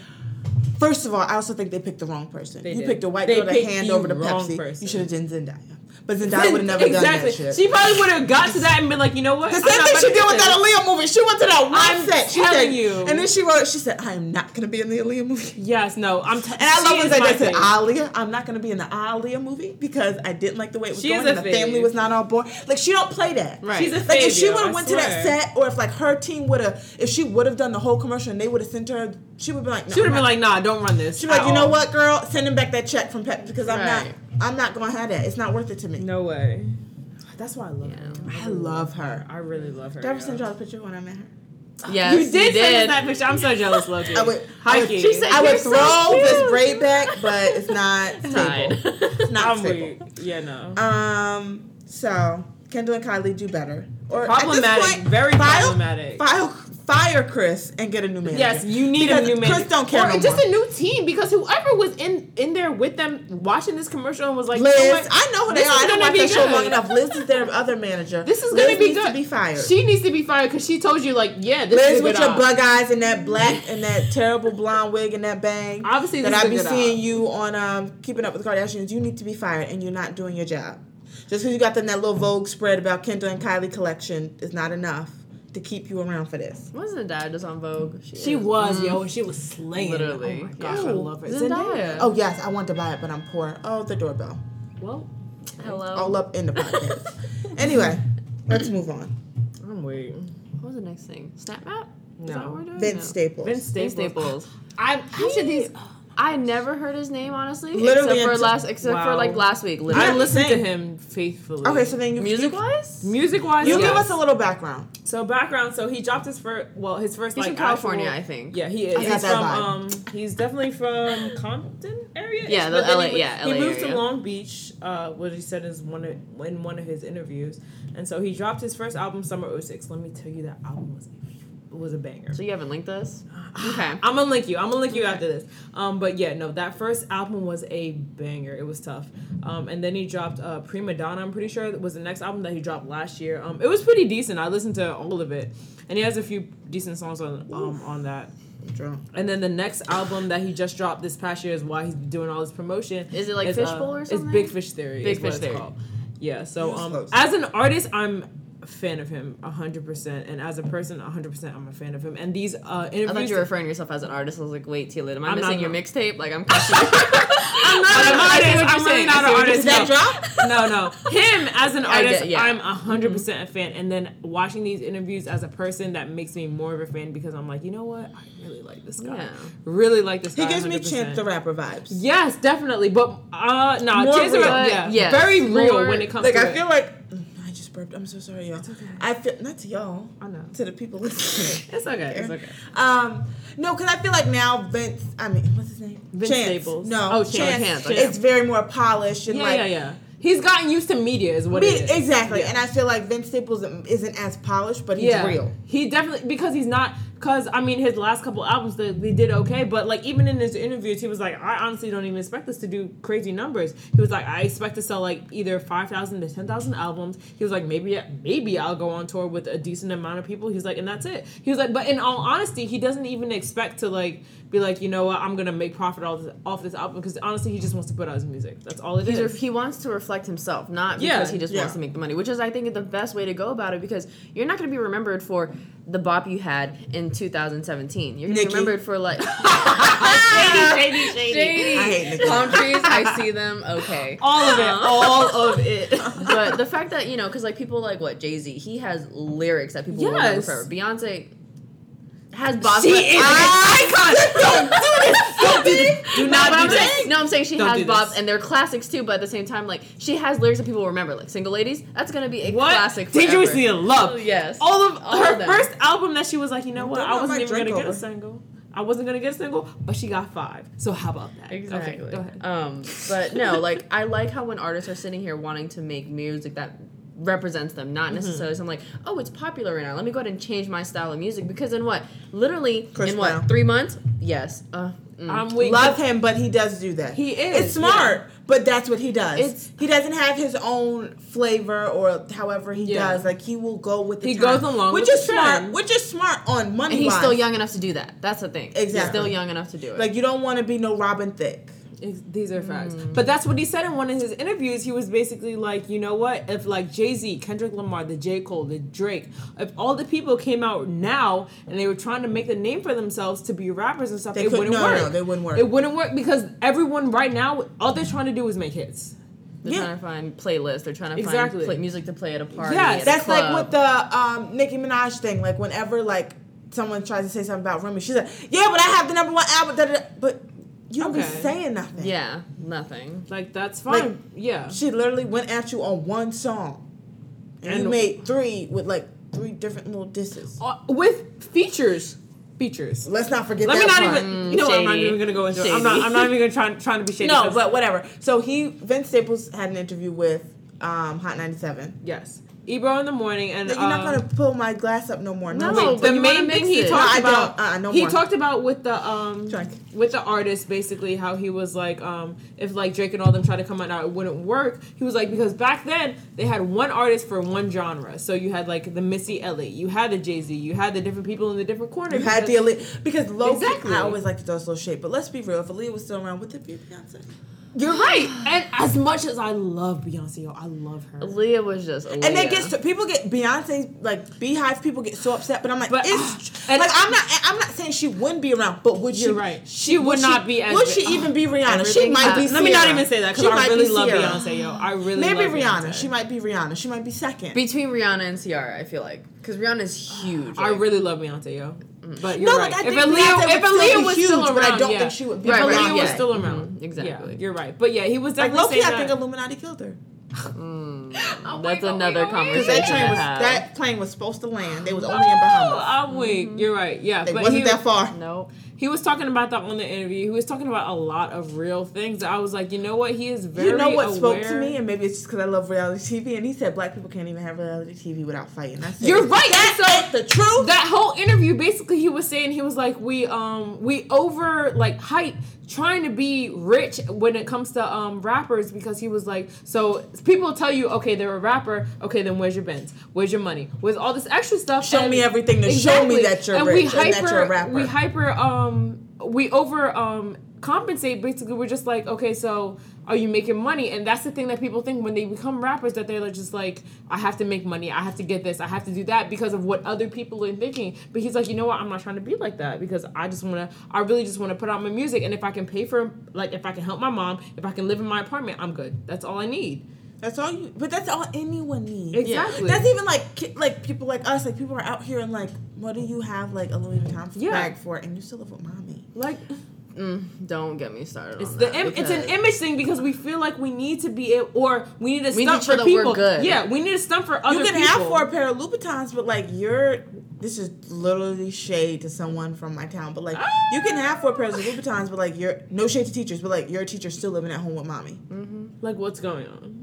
First of all, I also think they picked the wrong person. They you did. picked a white They girl to picked hand the over the wrong Pepsi. person. You should have done Zendaya, but Zendaya would have never done exactly. that shit. She probably would have got to that and been like, you know what? The same thing she did with that Aaliyah movie. She went to that one I'm set. She telling said, you. And then she wrote, she said, I am not going to be in the Aaliyah movie. Yes, no. I'm. T- And I love when is my they said, thing. Aaliyah, I'm not going to be in the Aaliyah movie because I didn't like the way it was She is going and a the family fave. was not on board. Like, she don't play that. Right. She's She's a a Like, if fave, she yo, would I have went to that swear. set or if, like, her team would have, if she would have done the whole commercial and they would have sent her, she would have been like, no, She would I'm have been not- like, nah, don't run this. She'd be like, at you know all." what, girl? Send him back that check from Pep because I'm Right. not, I'm not going to have that. It's not worth it to me. No way. That's why I love her. Yeah. I love her. I really love her. Did I ever yo. send y'all a picture when I met her? Yes, You did send us that picture. I'm so jealous, Loki. I would- I would- Hiking. She said- I would You're so throw this cute. braid back, but it's not Tied. stable. It's not I'm stable. weak. Yeah, no. Um, so Kendall and Kylie do better. Or at this Problematic. point, Very file- problematic. File, fire Chris and get a new manager. Yes, you need a Because new man. Chris don't care Or no just more. a new team because whoever was in in there with them watching this commercial and was like, Liz, you know what? I know who they This are. is I don't gonna watch be that show good. long enough. Liz is their other manager. This is Liz gonna be needs good. to be fired. She needs to be fired because she told you like, yeah, this is Liz a with good your op. bug eyes and that black and that terrible blonde wig and that bang. Obviously, that I this is be a good seeing op. you on um, Keeping Up with the Kardashians. You need to be fired, and you're not doing your job. Just because you got them that little Vogue spread about Kendall and Kylie collection is not enough to keep you around for this. Wasn't Zendaya just on Vogue? She, She is. was Mm-hmm. yo, and she was slaying. Literally. oh my gosh, I Ew, love her. Zendaya. Oh yes, I want to buy it, but I'm poor. Oh, the doorbell, Well, Hello. all up in the podcast. anyway, let's move on. I'm weak. What was the next thing? Snap map? Is that No. what we're doing? Vince No. Staples. Vince Staples. Vince Staples. I how should these? I never heard his name honestly, Literally except for until- last, except for Wow. like last week. Literally. I listened to same. him faithfully. Okay, so then you Music wise, music wise, You give us a little background. So background, so he dropped his first, well, his first He's like from California, actual- I think. Yeah, he I is. got he's that from vibe. um, he's definitely from Compton area. Yeah, the LA He, yeah, he LA moved to area. Long Beach, uh, what he said is one of, in one of his interviews, and so he dropped his first album, Summer 06. Let me tell you, that album was a, was a banger. So you haven't linked us? Okay. I'm gonna link you. I'm gonna link you after this. Um, but yeah, no, that first album was a banger. It was tough. Um, and then he dropped uh, Prima Donna. I'm pretty sure that was the next album that he dropped last year. Um, it was pretty decent. I listened to all of it, and he has a few decent songs on um, on that. I'm drunk. And then the next album that he just dropped this past year is why he's doing all this promotion. Is it like Fishbowl or something? It's Big Fish Theory. Big is what Fish it's Theory. called. Yeah. So was um, close. as an artist, I'm a fan of him 100%, and as a person, 100%, I'm a fan of him. And these uh, interviews. I thought you were referring to yourself as an artist. I was like, wait, Tila, am I I'm missing not- your mixtape? Like, I'm questioning. I'm not I an know, I see artist. what you're I'm really saying. I not an see what artist. you're saying. no. no, no. Him as an I get- Mm-hmm. artist, yeah. I'm 100 percent a fan. And then watching these interviews as a person, that makes me more of a fan because I'm like, you know what? I really like this guy. Yeah. Really like this He guy. gives me 100%. Chance the Rapper vibes. Yes, definitely. But uh, no, More Chance the real. Rapper, yeah, Yes. very real More- when it comes Like to I it. feel like I just burped. I'm so sorry, y'all. I feel not to y'all, I know. to the people listening. It's okay. It's okay. Um, no, because I feel like now Vince. I mean, what's his name? Vince Chance. Staples. No, Oh, oh, Chance. Chance. Chance, okay. It's very more polished and Yeah, like. yeah, yeah. He's gotten used to media, is I what mean, it is. exactly, and I feel like Vince Staples isn't as polished, but he's real. He definitely because he's not Cause I mean, his last couple albums they, they did okay, but like even in his interviews, he was like, I honestly don't even expect this to do crazy numbers. He was like, I expect to sell like either five thousand to ten thousand albums. He was like, maybe maybe I'll go on tour with a decent amount of people. He's like, and that's it. He was like, but in all honesty, he doesn't even expect to like be like, you know what, I'm gonna make profit off this, off this album because honestly, he just wants to put out his music. That's all it is. He's ref- he wants to reflect himself, not Yeah, because he just yeah. wants to make the money, which is, I think, the best way to go about it because you're not going to be remembered for the bop you had in 2017. You're going to be Nicki. remembered for, like, shady, shady, shady. shady. I hate Nicki. Palm trees, I see them, okay. All of it. All of it. But the fact that, you know, because, like, people like, what, Jay Z, he has lyrics that people will remember Yes. forever. Beyonce has bops. She but- is an Don't do this! Don't do this! Do But not I'm do this. saying- No, I'm saying she Don't has do bops, this. and they're classics too. But at the same time, like she has lyrics that people will remember, like "Single Ladies." That's gonna be a What? classic. Did forever. you see love? Oh, Yes. All of All her of them. first album that she was like, you know what? Don't I knock wasn't my even gonna drink get a over. single. I wasn't gonna get a single, but she got five. So how about that? Exactly. Okay, go ahead. Um, but no, like I like how when artists are sitting here wanting to make music that represents them, not necessarily something like, oh, it's popular right now. Let me go ahead and change my style of music because in what, literally, Chris in what Brown. three months? Yes. Uh, mm. I'm weak. Love him, but he does do that. He is, It's smart, but that's what he does. It's- he doesn't have his own flavor or however he Yeah. does. Like he will go with the He time, goes along which with is the smart. trend. Which is smart on money. and he's wise. still young enough to do that. That's the thing. He's Exactly. still young enough to do it. Like you don't want to be no Robin Thicke. Ex- These are facts. Hmm. But that's what he said in one of his interviews. He was basically like, you know what? If like Jay Z, Kendrick Lamar, the J. Cole, the Drake, if all the people came out now and they were trying to make a name for themselves to be rappers and stuff, They it could- wouldn't no, work. no, they wouldn't work. It wouldn't work because everyone right now, all they're trying to do is make hits. they're yeah. trying to find playlists. They're trying to Exactly. find play- music to play at a party. Yes. at a That's like club. with the um, Nicki Minaj thing. Like whenever like someone tries to say something about Remy, she's like, "Yeah, but I have the number one album." Da, da, da. But you don't Okay. be saying nothing. Yeah, nothing. Like that's Like- fine. yeah. She literally went at you on one song, and, you And- made three with like three different little disses. Uh, with features, features. Let's not forget. Let me that not part. even. You know what? I'm not shady. even gonna go into. It. I'm Shady. not. I'm not even gonna try. Trying to be shady. No, 'cause- but whatever. So he Vince Staples had an interview with um, Hot ninety seven. yes, Ebro in the morning and You're not um, gonna pull my glass up no more. No, No, way. but the you wanna main mix thing he it. talked No, I don't. about, Uh-uh, no he more. talked about with the um Drink. with the artist basically how he was like um if like Drake and all them tried to come out now it wouldn't work. He was like because back then they had one artist for one genre, so you had like the Missy Elliott, you had the Jay Z, you had the different people in the different corners. You had the because- elite because low Exactly. I always like to throw a little shade, but let's be real. If Aaliyah was still around, would it be Beyonce? You're right, and as much as I love Beyonce, yo, I love her. Leah was just. Leah. And that gets to, people get Beyonce like Beehive people get so upset, but I'm like, But- uh, it's and- like I'm not I'm not saying she wouldn't be around, but would she? You're right. She would not be as Would big- she even be Rihanna? She everything might be. happened. Uh, Let me not Ciara. even say that She because I might be really love Ciara. Beyonce, yo. I really Maybe love Rihanna. Beyonce. She might be Rihanna. She might be second. between Rihanna and Ciara, I feel like because Rihanna's huge. I like- really love Beyonce, yo. But you're mm. no, right. like I if think Aaliyah, Beyonce if would still Aaliyah be was huge, still around, but I don't yeah. think she would be If Right, around. right, Aaliyah was yeah. still around. Mhm, exactly. Yeah, you're right. But yeah, he was Like definitely low key, saying I think that. Illuminati killed her. Oh, That's another Because conversation. that train to was have. that plane was supposed to land. They was only in Oh, Bahamas. I'm weak. You're right. Yeah, They but Mm-hmm. wasn't he, that far. Nope. He was talking about that on the interview. He was talking about a lot of real things. I was like, you know what? He is very. You know what spoke to aware. me, and maybe it's just because I love reality TV. And he said black people can't even have reality TV without fighting. I said, You're right. That So- ain't the truth. that whole interview basically he was saying he was like we um we over like hype trying to be rich when it comes to um rappers because he was like so people tell you okay they're a rapper okay then where's your bins where's your money where's all this extra stuff Show me everything to show me that you're rich and that you're a rapper. we hyper um we over um compensate basically we're just like okay so are you making money and that's the thing that people think when they become rappers that they're like, just like i have to make money i have to get this i have to do that because of what other people are thinking but he's like you know what i'm not trying to be like that because i just want to i really just want to put out my music and if i can pay for like if i can help my mom if i can live in my apartment i'm good that's all i need That's all you. But that's all anyone needs. Exactly. That's even like ki- like people like us. Like people are out here and like, what do you have like a Louis Vuitton Yeah. bag for? And you still live with mommy. like Don't get me started. It's on the that, Im- it's an because- image thing because we feel like we need to be able, or we need to We need stunt to show for that we're people. good. Yeah, we need to stunt for other You can people. have for a pair of Louboutins, but like you're. This is literally shade to someone from my town, but like you can have four pairs of Louboutins, but like you're no shade to teachers, but like you're a teacher still living at home with mommy. Mm. like what's going on?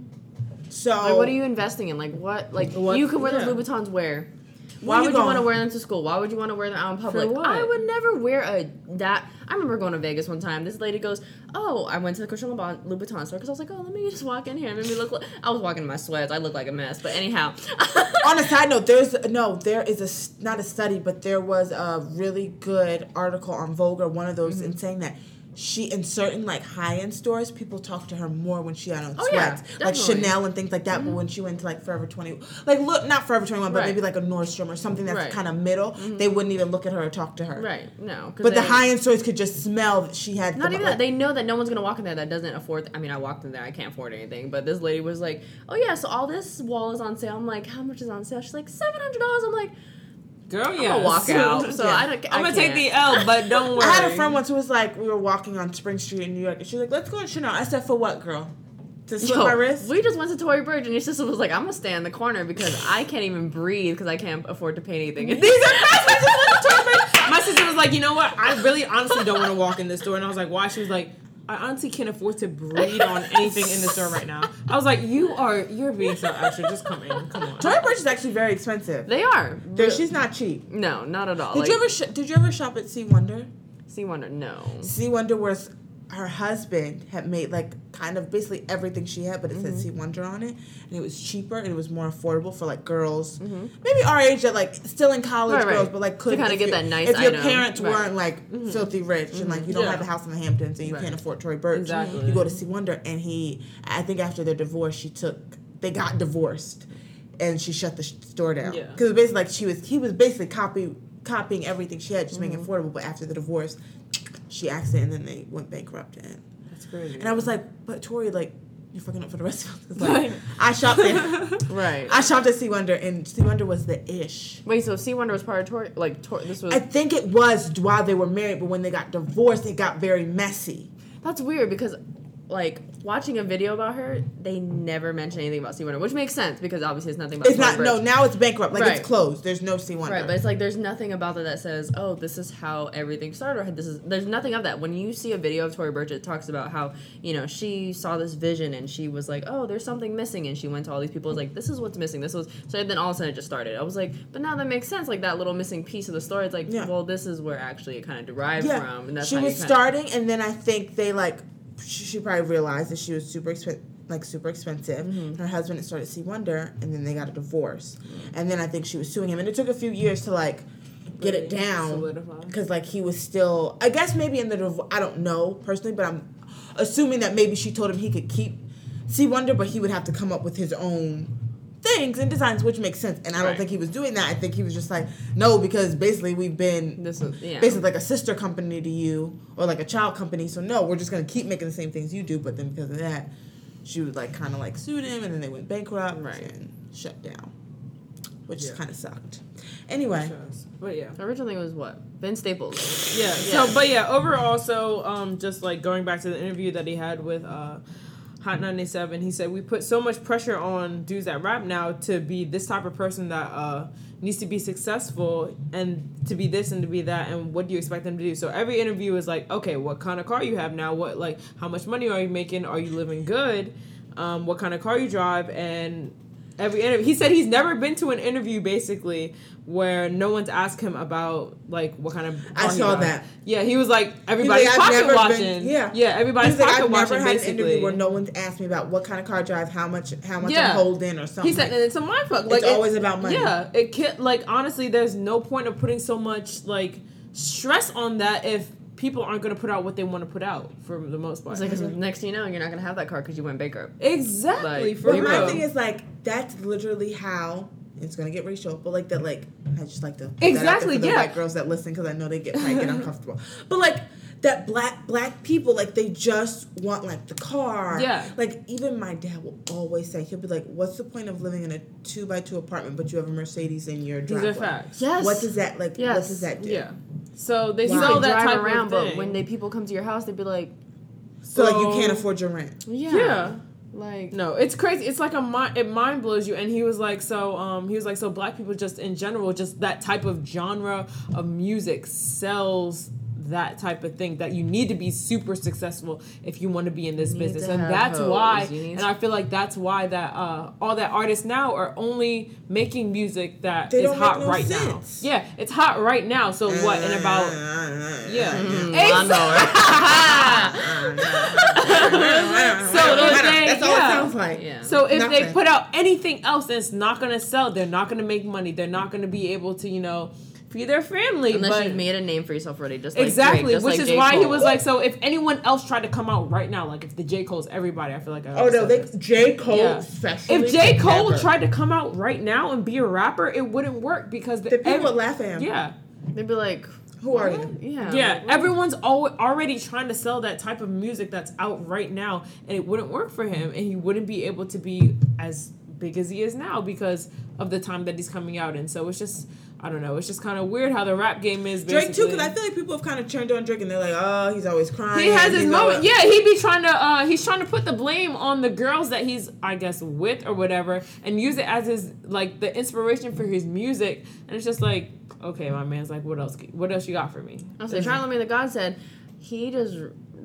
So Like, what are you investing in? Like what? Like What- you could wear yeah. those Louboutins where? Why you would you going? want to wear them to school? Why would you want to wear them out in public? what? I would never wear a that. I remember going to Vegas one time. This lady goes, "Oh, I went to the Christian Louboutin Louboutin store because I was like, oh, let me just walk in here. Let me look. Like, I was walking in my sweats. I look like a mess. But anyhow, on a side note, there's no, there is a s- not a study, but there was a really good article on Vogue or one of those, Mm-hmm. and saying that she in certain like high end stores, people talk to her more when she had on Oh, yeah, sweats, like definitely. Mm-hmm. Chanel and things like that. But when she went to like Forever Twenty, like look not Forever Twenty One, but Right. maybe like a Nordstrom or something that's Right. Mm-hmm. kind of middle, they wouldn't even look at her or talk to her. right? No, But 'cause the they- high end stores could just smell that she had. Not the, even that. They know that no one's gonna walk in there that doesn't afford. I mean, I walked in there. I can't afford anything. But this lady was like, "Oh yeah, so all this wall is on sale." I'm like, "How much is on sale?" She's like, 700 dollars." I'm like, Girl, yeah. "I'll walk out." So Yeah. I don't. I I'm gonna take can't. the L, but don't worry. I had a friend once who was like, we were walking on Spring Street in New York, and she was like, "Let's go to Chanel." I said, "For what, girl? To slip Yo, my wrist?" We just went to Tory Burch, and your sister was like, "I'm gonna stay in the corner because I can't even breathe because I can't afford to pay anything." And these are My sister was determined. My sister was like, you know what? I really honestly don't want to walk in this store. And I was like, why? She was like, I honestly can't afford to breathe on anything in the store right now. I was like, you are you're being so extra. Just come in, come on. Tory Burch is actually very expensive. they are. There- she's not cheap. no, not at all. Did like, you ever sh- did you ever shop at Sea Wonder? see Wonder? No. Sea Wonder was her husband had made like kind of basically everything she had, but it said Sea Wonder on it, and it was cheaper and it was more affordable for like girls, maybe our age that like still in college Right, right. girls, but like To couldn't kinda if get your- that nice if your item. parents Right. weren't like filthy rich and like you don't Yeah. have a house in the Hamptons and you can't afford Tory Burch, Exactly. you go to Sea Wonder, and he, I think after their divorce, she took they got divorced. And she shut the sh- store down Yeah. because basically, like she was, he was basically copy, copying everything she had, just making Mm-hmm. it affordable. But after the divorce, she accident and then they went bankrupt and That's crazy. and I was like, but Tori, like, you're fucking up for the rest of us. Like, I shopped at Right. I shopped at Sea Wonder and Sea Wonder was the ish. Wait, so Sea Wonder was part of Tory? Like, Tor- this was. I think it was while they were married, but when they got divorced, it got very messy. That's weird because, like, watching a video about her, they never mention anything about Sea Winter, which makes sense because obviously it's nothing about. It's not Tory no Burch. now it's bankrupt. Like Right. it's closed. There's no Sea Wonder. Right, but it's like there's nothing about that that says, "Oh, this is how everything started." Or this is there's nothing of that. When you see a video of Tory Burch, it talks about how you know she saw this vision and she was like, "Oh, there's something missing," and she went to all these people. It's like this is what's missing. This was so. Then all of a sudden it just started. I was like, but now that makes sense. Like that little missing piece of the story. It's like, Yeah. well, this is where actually it kind of derived yeah, from, and that's she how you was kinda- starting, and then I think they like she, she probably realized that she was super expensive. Like super expensive. Mm-hmm. And Her husband had started Sea Wonder, and then they got a divorce. And then I think she was suing him, and it took a few years to like get it Really down solidify. because like he was still. I guess maybe in the div- I don't know personally, but I'm assuming that maybe she told him he could keep Sea Wonder, but he would have to come up with his own things and designs, which makes sense. And I don't Right. think he was doing that. I think he was just like no, because basically we've been This is yeah. basically like a sister company to you or like a child company. So no, we're just gonna keep making the same things you do. But then because of that, she would like kind of like sued him, and then they went bankrupt Right. and shut down, which Yeah. kind of sucked. Anyway, But yeah. Originally it was what Ben Staples. yeah. Yeah. So, but yeah, overall, so um, just like going back to the interview that he had with uh, Hot 97, he said, We put so much pressure on dudes that rap now to be this type of person that uh, needs to be successful and to be this and to be that. And what do you expect them to do? So, every interview is like, Okay, what kind of car you have now? What, like, how much money are you making? Are you living good? Um, what kind of car you drive? And every interview. He said he's never been to an interview basically where no one's asked him about like what kind of. I car he saw drives. that. Yeah, he was like He's like, everybody's "I've pocket never been- watching. yeah. yeah, yeah, everybody's He's like, pocket I've watching. never had an basically, interview where no one's asked me about what kind of car I drive, how much, how much Yeah. I'm holding, or something. he said, and it's a mind fuck. Like It's always about money. Yeah, it can like honestly, there's no point of putting so much like stress on that if people aren't going to put out what they want to put out for the most part. It's like 'cause next thing you know, you're not gonna have that car because you went bankrupt. exactly. Like, for But Bro. my real. thing is like that's literally how it's gonna get racial. But like that, like I just like to put that out there Exactly, for the yeah. white girls that listen because I know they get like get uncomfortable. But like that black black people like they just want like the car. Yeah. Like even my dad will always say he'll be like, "What's the point of living in a two by two apartment but you have a Mercedes in your These driveway? are facts. Yes. What does that like? What Yes. does that do? Yeah. So they You you Wow. sell could that drive type around, of thing. but when they people come to your house, they'd be like, So like you can't afford your rent. yeah, Yeah. like No, it's crazy. It's like a mind. It mind blows you. And he was like, so um, he was like, so black people just in general, just that type of genre of music sells that type of thing that you need to be super successful if you want to be in this need business to and have that's hoes. why You need and to- i feel like that's why that uh, all that artists now are only making music that They is don't hot make no right sense. now yeah it's hot right now so what in about yeah Uh. so if they- That's all it yeah. sounds like. Yeah. So if Nothing. they put out anything else that's not gonna sell, they're not gonna make money. They're not gonna be able to, you know, feed their family. Unless but you've made a name for yourself already, just like exactly, Drake, just which like is J. why he Cole. was like, so if anyone else tried to come out right now, like if the J Cole's everybody, I feel like I. Oh no, always they said this. J Cole Yeah. especially. If J could Cole never. tried to come out right now and be a rapper, it wouldn't work because the people ev- would laugh at him. Yeah, they'd be like, Who are you? yeah, yeah. Everyone's al- already trying to sell that type of music that's out right now, and it wouldn't work for him, and he wouldn't be able to be as big as he is now because of the time that he's coming out. And so it's just, I don't know, it's just kind of weird how the rap game is. Drake too, because I basically. feel like people have kind of turned on Drake and they're like, oh, he's always crying. He has his he's moment. always- Yeah, he be trying to. Uh, he's trying to put the blame on the girls that he's, I guess, with or whatever, and use it as his like the inspiration for his music. And it's just like, okay, my man's like, what else? What else you got for me? I was like, Charlamagne the God said he just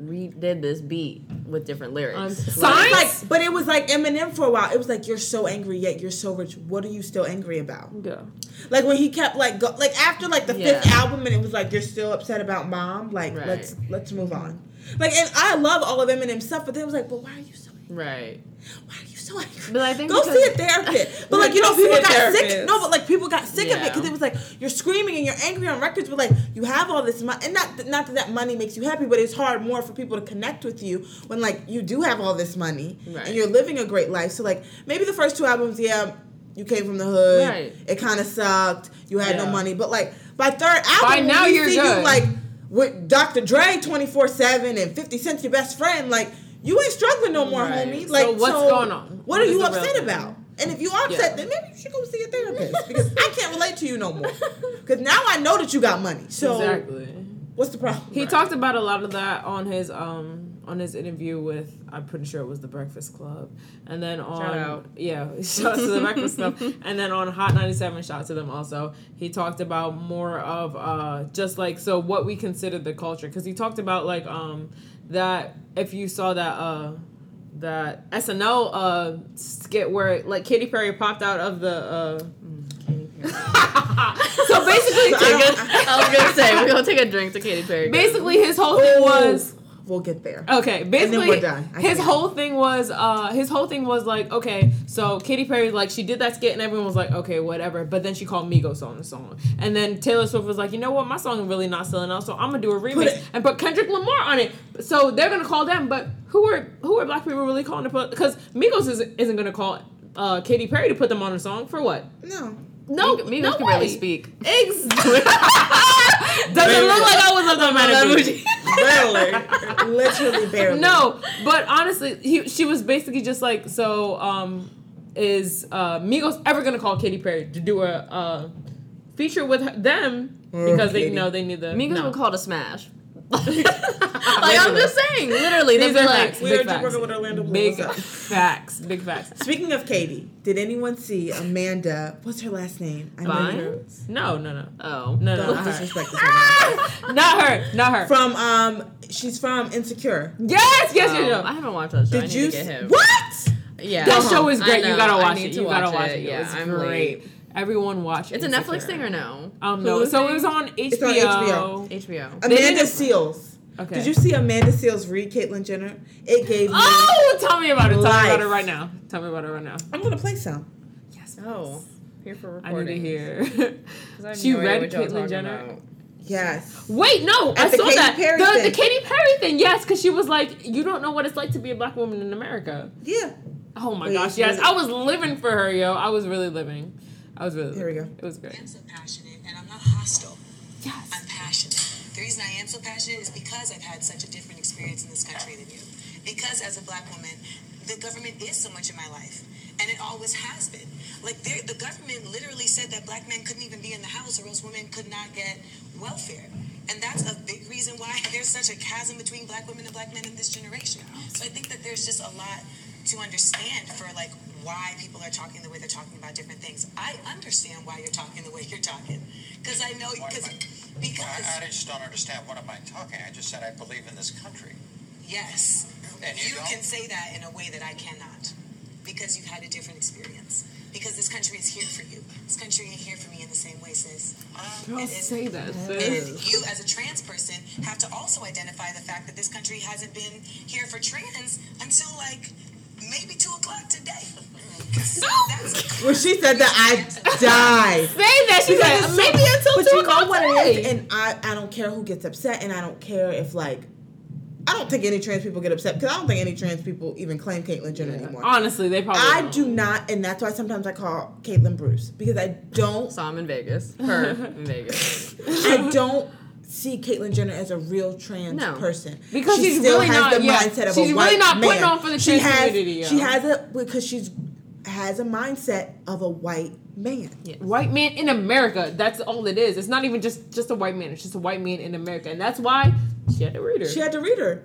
redid this beat with different lyrics. Um, But Signs. it's Like, but it was like Eminem for a while. It was like you're so angry, yet you're so rich. What are you still angry about? Go. Like when he kept like go, like after like the Yeah. fifth album, and it was like you're still upset about mom. Like Right. let's let's move on. Like and I love all of Eminem stuff, but then it was like, but why are you so right. why are you so angry? But I think go because- see a therapist. But like you know, Go see people a got sick. therapist. No, but like people got sick of it Yeah. because it was like you're screaming and you're angry on records. But like you have all this money, and not that- not that that money makes you happy, but it's hard more for people to connect with you when like you do have all this money Right. and you're living a great life. So like maybe the first two albums, yeah, you came from the hood. Right. It kind of sucked. You had no Yeah. money, but like by third album, By when now we you're see You, good. like with Dr. Dre, twenty four seven and Fifty Cent's your best friend, like. You ain't struggling no more, Right. homie. So Like, what's going on? What, What are is you the real upset thing? about? And if you are upset, Yeah. then maybe you should go see a therapist because I can't relate to you no more. Because now I know that you got money. So exactly. what's the problem? He talked about a lot of that on his um on his interview with I'm pretty sure it was the Breakfast Club, and then on out. yeah shout out to the Breakfast Club, and then on Hot 97 shout out to them also. He talked about more of uh just like so what we consider the culture because he talked about like um that if you saw that uh that SNL uh skit where like Katy Perry popped out of the uh so basically Mm, So I don't- I was gonna say we're gonna take a drink to Katy Perry. basically his whole thing Oh, was we'll get there. Okay, basically, we're done. I his can't. whole thing was uh, his whole thing was like, okay, so Katy Perry like she did that skit and everyone was like, okay, whatever. But then she called Migos on the song, and then Taylor Swift was like, you know what, my song is really not selling out, so I'm gonna do a remix Put it- and put Kendrick Lamar on it. So they're gonna call them, but who are who are black people really calling to put? Because Migos is, isn't gonna call uh, Katy Perry to put them on a song for what? No. No, Migos no can way. barely speak. Exactly. Doesn't look like I was a Dominican. Barely. Literally barely. No, but honestly, he she was basically just like, so um, is uh, Migos ever gonna call Katy Perry to do a uh, feature with her, them because they Mm, Katy. know they need the Migos no. would call it a smash. like I'm just saying, literally, they'd These be are like, facts. We Big are just facts. working with Orlando Bloom. big What's up? facts, big facts. Speaking of Katie, did anyone see Amanda? What's her last name? I know you know. Vines? No, no, no, oh, no, no, Don't not her, disrespect this woman. not her, not her. From um, she's from Insecure. yes, yes, yes, Um, yes. I haven't watched that show. I Did need you to get s- him. what? Yeah, That show is I great. know. you gotta I watch need it. to You gotta watch it. Yeah, it's I'm great. late. Everyone watch. It's a Insecure. Netflix thing or no? Um, no. Hulu So it thing? was on HBO. It's on HBO. Um, HBO. Amanda didn't- Seals. Okay. Did you see Amanda Seals read Caitlyn Jenner? It gave me. Oh, tell me about it. Tell me about it Life. right now. Tell me about it right now. I'm gonna play some. Yes. Oh, here for I recording. need to hear. 'Cause I have she no idea read what y'all Caitlyn talking Jenner? about. Yes. Wait, no, I At the saw Katy that Perry the, thing. the Katy Perry thing. Yes, because she was like, "You don't know what it's like to be a black woman in America." Yeah. Oh my Wait, gosh, yes, wait. I was living for her, yo. I was really living. I was really. Here we living. go. It was great. am so passionate and I'm not hostile. Yes. I'm passionate. The reason I am so passionate is because I've had such a different experience in this country than you. Because as a black woman, the government is so much in my life. And it always has been. Like there- the government literally said that black men couldn't even be in the house or else women could not get welfare. And that's a big reason why there's such a chasm between black women and black men in this generation. So I think that there's just a lot to understand for like why people are talking the way they're talking about different things. I understand why you're talking the way you're talking because I know because Because I, I just don't understand what am I talking. I just said I believe in this country. yes, And you you don't? can say that in a way that I cannot, because you've had a different experience. Because this country is here for you. This country ain't here for me in the same way, sis. Um, Don't It is- say that. And sis. you, as a trans person, have to also identify the fact that this country hasn't been here for trans until like maybe two o'clock today. So that's When she said that, I died. Say that she Because said it's maybe so- until but two you know o'clock what it is, today. and I, I don't care who gets upset, and I don't care if like, I don't think any trans people get upset because I don't think any trans people even claim Caitlyn Jenner anymore. Honestly, they probably. I don't. do not, and that's why sometimes I call Caitlyn Bruce because I don't, Saw him in Vegas. Her in Vegas. I don't see Caitlyn Jenner as a real trans No. person Because she's really not- yeah, she's really not putting on for the she trans has, community, She yeah. has a because she's has a mindset of a white man. White man in America. That's all it is. It's not even just just a white man. It's just a white man in America, and that's why she had to read her. She had to read her.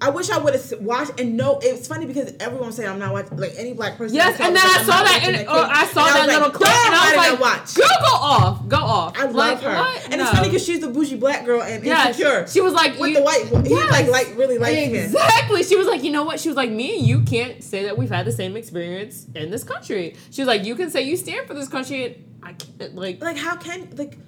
I wish I would have watched and no. It's funny because everyone said I'm not watching like any black person. Yes, I and was then I like, saw "I'm not that, watching in, or I saw And was that like, little clip, "Girl, and I why was did like, watch. "Girl, go off, go off." I love Like, her, what? and it's No. funny because she's the bougie black girl and Yes. insecure. She was like, with you- the white, boy. he Yes. like like really like him. Exactly. She was like, you know what? She was like, me and you can't say that we've had the same experience in this country. She was like, you can say you stand for this country, and I can't. Like, Like how can like.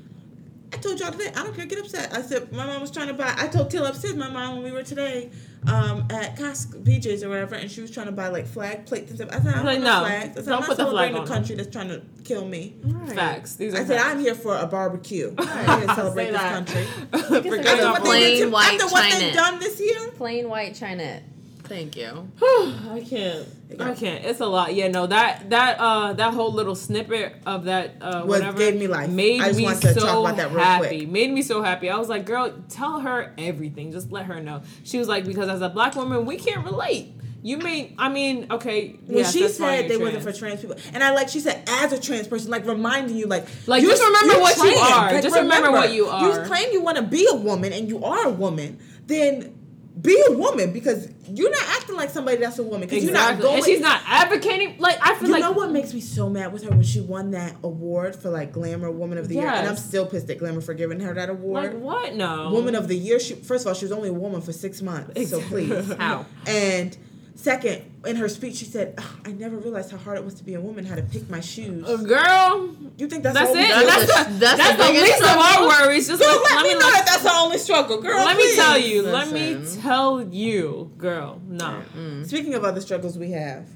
I told y'all today, I don't care, get upset. I said, my mom was trying to buy, I told Till upstairs, my mom, when we were today um, at Costco, BJ's or whatever, and she was trying to buy like flag plates and stuff. I said, I don't Like, want no. no flags. I said, Don't I'm put not the flag celebrating a on. country that's trying to kill me. facts. These are I said, facts. I'm here for a barbecue. I'm here to celebrate this country. Forget After about what, they did Plain to, white after what China. they've done this year, Plain white Chinette. Thank you. I can't. I can't. It's a lot. Yeah, no, that that uh that whole little snippet of that uh Was- whatever gave me life. Made I just me wanted to so talk about that real happy. quick. Made me so happy. I was like, girl, tell her everything. Just let her know. She was like, because as a black woman, we can't relate. You may I mean, okay. when yes, she that's why said they you're wasn't for trans trans. people, and I like she said as a trans person, like reminding you, like Like, you're- just remember you're what you trans. are. Just remember what you are. You claim you want to be a woman and you are a woman, then be a woman because you're not acting like somebody that's a woman because Exactly. you're not going. and she's not advocating. Like I feel You like know what makes me so mad with her when she won that award for like Glamour Woman of the Year, and I'm Yes. still pissed at Glamour for giving her that award. Like what? No. Woman of the Year. She, first of all, she was only a woman for six months, so please. How? And second, in her speech, she said, "Ugh, "I never realized how hard it was to be a woman, how to pick my shoes." Girl, You think that's, Oh, that's all it. we do? That's, That's the, the- that's, that's the the biggest least of our trouble. worries. Just Girl, like, let, me know let- that that's the only struggle, girl. let me please. tell you. Let me Listen. Mm, tell you, girl. No. Speaking of other struggles we have,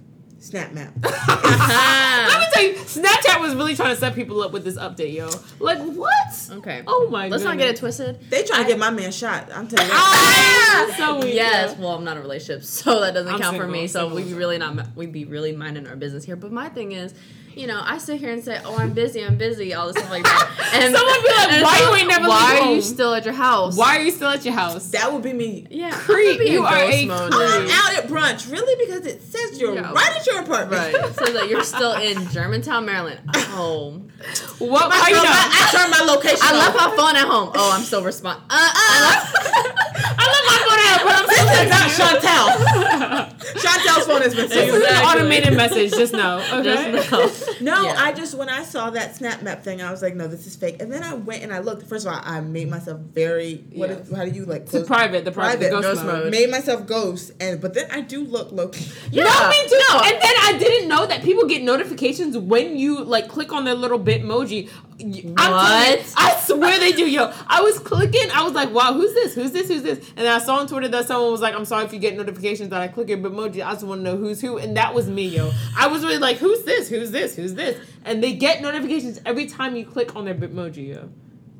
Snap Map. Let me tell you, Snapchat was really trying to set people up with this update, yo. Like what? Okay. Oh my god. Let's not get it twisted. they trying to get my man shot. I'm telling you. Ah! so weird. Yes, well, I'm not in a relationship, so that doesn't I'm count for single, me. So single, we'd be so- really not, we'd be really minding our business here. But my thing is, you know, I sit here and say, "Oh, I'm busy, I'm busy," all this stuff like that. And Someone be like, and "Why so you ain't never Why leave are home?" you still at your house? Why are you still at your house? That would be me. Yeah, I could Creep, be in you are ghost a mode. creep. I'm out at brunch, really, because it says you're No. right at your apartment. Right. So that you're still in Germantown, Maryland. Oh. What? Why you Girl, know? I, I turned my location. I left off. my phone at home. Oh, I'm still responding. Uh, I left. I love my phone This is not out, Chantel. Chantel's phone has been but I'm taken. so an Exactly. automated message. Just know. Okay. Just know. No, Yeah. I just when I saw that snap map thing, I was like, no, this is fake. And then I went and I looked. First of all, I made myself very what? Yeah. is- how do you like The private, the private, the Private. ghost, Ghost mode. mode. Made myself ghost, and but then I do look low. key. Yeah. No, me too. No. And then I didn't know that people get notifications when you like click on their little Bitmoji. Y- I'm telling you, What? I swear they do, yo. I was clicking. I was like, wow, who's this? Who's this? Who's this? And then I saw on Twitter that someone was like, I'm sorry if you get notifications that I click your Bitmoji. I just want to know who's who. And that was me, yo. I was really like, who's this? Who's this? Who's this? And they get notifications every time you click on their Bitmoji, yo.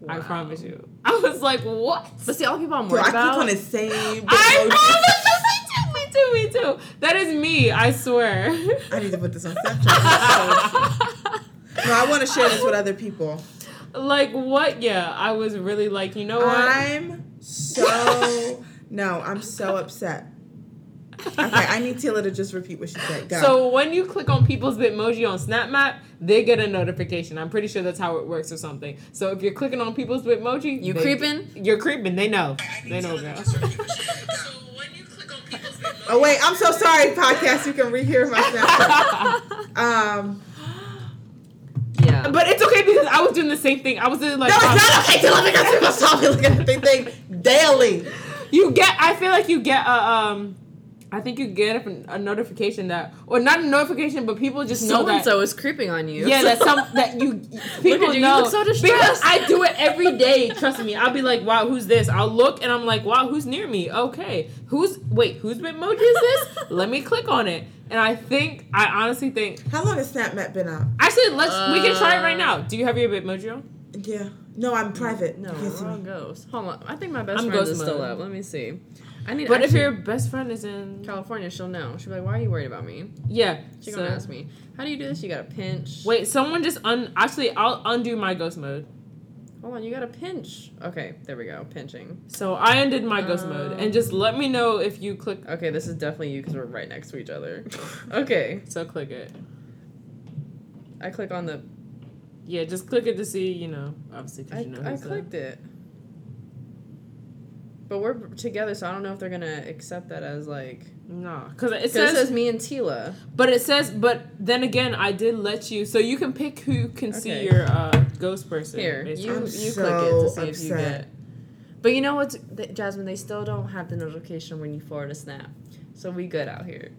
I promise you. I was like, what? But see, all the people I'm Bro, worried I click about. on the same. I bitmoji. promise. you, Me too. Me too. Me too. That is me. I swear. I need to put this on Snapchat. no, I want to share this with other people. like what? Yeah, I was really like, you know what? I'm so no, I'm so upset. Okay, I need Tila to just repeat what she said. Go. so when you click on people's Bitmoji on SnapMap, they get a notification. I'm pretty sure that's how it works or something. So if you're clicking on people's Bitmoji, You they- creeping? You're creeping. They know. They know, girl. Oh wait, I'm so sorry, podcast. You can rehear my Snapchat. um, yeah. But it's okay because I was doing the same thing. I was doing like No, it's um, not okay to look at yourself and look at the thing daily. you get. I feel like you get a um. I think you get a, a notification that, or not a notification, but people just know So and that. so is creeping on you. Yeah, that some that you people you, you know look so because distressed. I do it every day. Trust me, I'll be like, "Wow, who's this?" I'll look and I'm like, "Wow, who's near me?" Okay, who's wait, whose emoji is this? Let me click on it, and I think I honestly think How long has SnapMap been out? actually let's we can try it right now. Do you have your Bitmoji on? Yeah. No, I'm private. No, You can't see wrong me. ghost. Hold on. I think my best I'm friend ghost is still mode. up. Let me see. I need. But if actually, your best friend is in California, she'll know. She'll be like, "Why are you worried about me?" yeah, She's so- gonna ask me. How do you do this? You got to pinch. Wait, someone just un actually I'll undo my ghost mode. Hold on. You got to pinch. Okay, there we go. Pinching. So I ended my ghost mode and Um. just let me know if you click. Okay, this is definitely you because we're right next to each other. okay, So click it. I click on the. Yeah, just click it to see. You know, obviously I, because you know. I who's the- clicked it. But we're together, so I don't know if they're gonna accept that as like. No, because it 'Cause it says, says me and Tila. but it says, but then again, I did let you, so you can pick who can see Okay. your uh, ghost person. Here, you, basically. you I'm click it so to see if you upset. get. But you know what, Jasmine? They still don't have the notification when you forward a snap, so we good out here.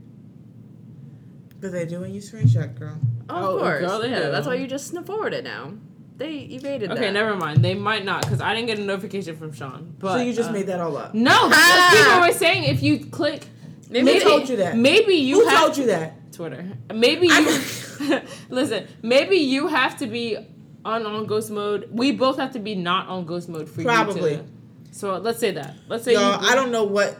But they're doing you screenshot, girl. Oh, Oh, of course, girl, they yeah. do. That's why you just sn- forward it now. They evaded okay, that. never mind. They might not, because I didn't get a notification from Sean. But so you just uh, made that all up. no. Because people were saying if you click, Maybe Who told you that? Maybe you Who have told you that? Twitter. Maybe you listen. Maybe you have to be on on ghost mode. We both have to be not on ghost mode for you Probably. to. So let's say that. Let's say Yo, you, I don't know what,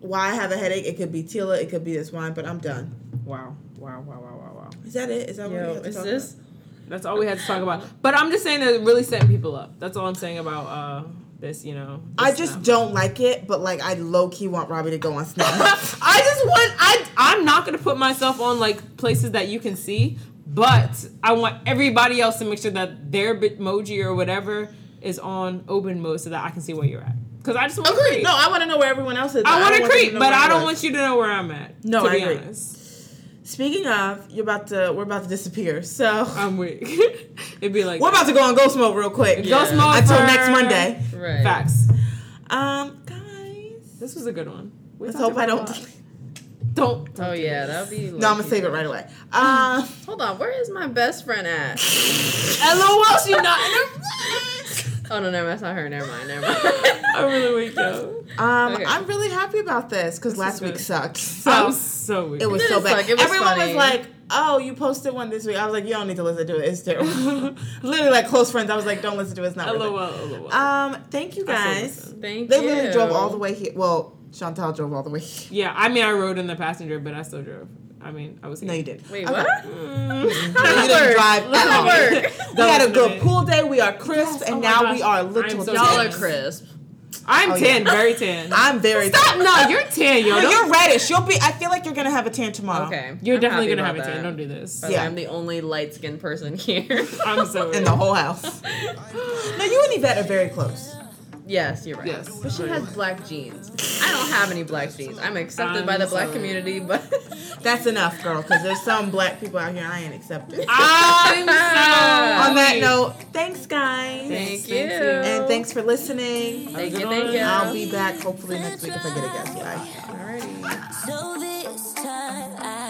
why I have a headache. It could be Tila. It could be this wine. But I'm done. Wow! Wow! Wow! Wow! Wow! Wow! Is that it? Is that what we Yo, have to is talk this? about? That's all we had to talk about. But I'm just saying that it really setting people up. That's all I'm saying about uh this, you know. I this, just um, don't like it, but like I low key want Robbie to go on Snap. I just want I I'm not gonna put myself on like places that you can see, but I want everybody else to make sure that their bitmoji or whatever is on open mode so that I can see where you're at. Because I just want to creep. no, I want to know where everyone else is. I want to them creep, know but where I don't was. want you to know where I'm at. No, to I be agree. honest, Speaking of, you're about to. We're about to disappear. So I'm weak. It'd be like we're about to go on ghost mode real quick. Ghost mode until for- next Monday. Right. facts. Um, guys, This was a good one. We let's talked hope I about don't. a lot. Don't. Oh yeah, that'll be. No, I'm gonna save it right away. Um, Hold on, where is my best friend at? LOL, she not. in her- oh no, never. That's not her. Never mind. Never mind. I'm really weak, yo. um, Okay. I'm really happy about this because last good. week sucked. So I'm Oh. so weak. it was It so didn't bad. suck, it was Everyone funny. was like, "Oh, you posted one this week." I was like, "You don't need to listen to it. It's terrible." Literally, like close friends, I was like, "Don't listen to it. It's not." worth it." LOL, LOL. Um, thank you guys. listen. Thank They you. literally drove all the way here. Well, Chantal drove all the way. here. Yeah, I mean, I rode in the passenger, but I still drove. I mean, I was. No, here. you didn't. Wait, Okay. what? No, you didn't That worked. drive. That at all. worked. We had a good That was pool day. We are crisp, oh and my now gosh. we are little. I'm so Y'all are Yes. crisp. I'm Oh, yeah. tan, very tan. I'm very. Stop! No, you're tan, yo. No, Don't- you're reddish. You'll be. I feel like you're gonna have a tan tomorrow. Okay. You're I'm definitely happy gonna have a about tan. that. Don't do this. By the way, Yeah. I'm the only light skinned person here. I'm so. In the whole house. no, you and Yvette are very close. yes, you're right. Yes. But she has black jeans. I don't have any black jeans. I'm accepted I'm by the black sorry. community, but That's enough, girl. Because there's some black people out here I ain't accepted. I'm so. On that note, thanks guys, thank Thanks, you. thank you. and thanks for listening. Thank you, Good thank one. you. I'll be back hopefully next week if I get a guest. Bye. Alrighty. So this time I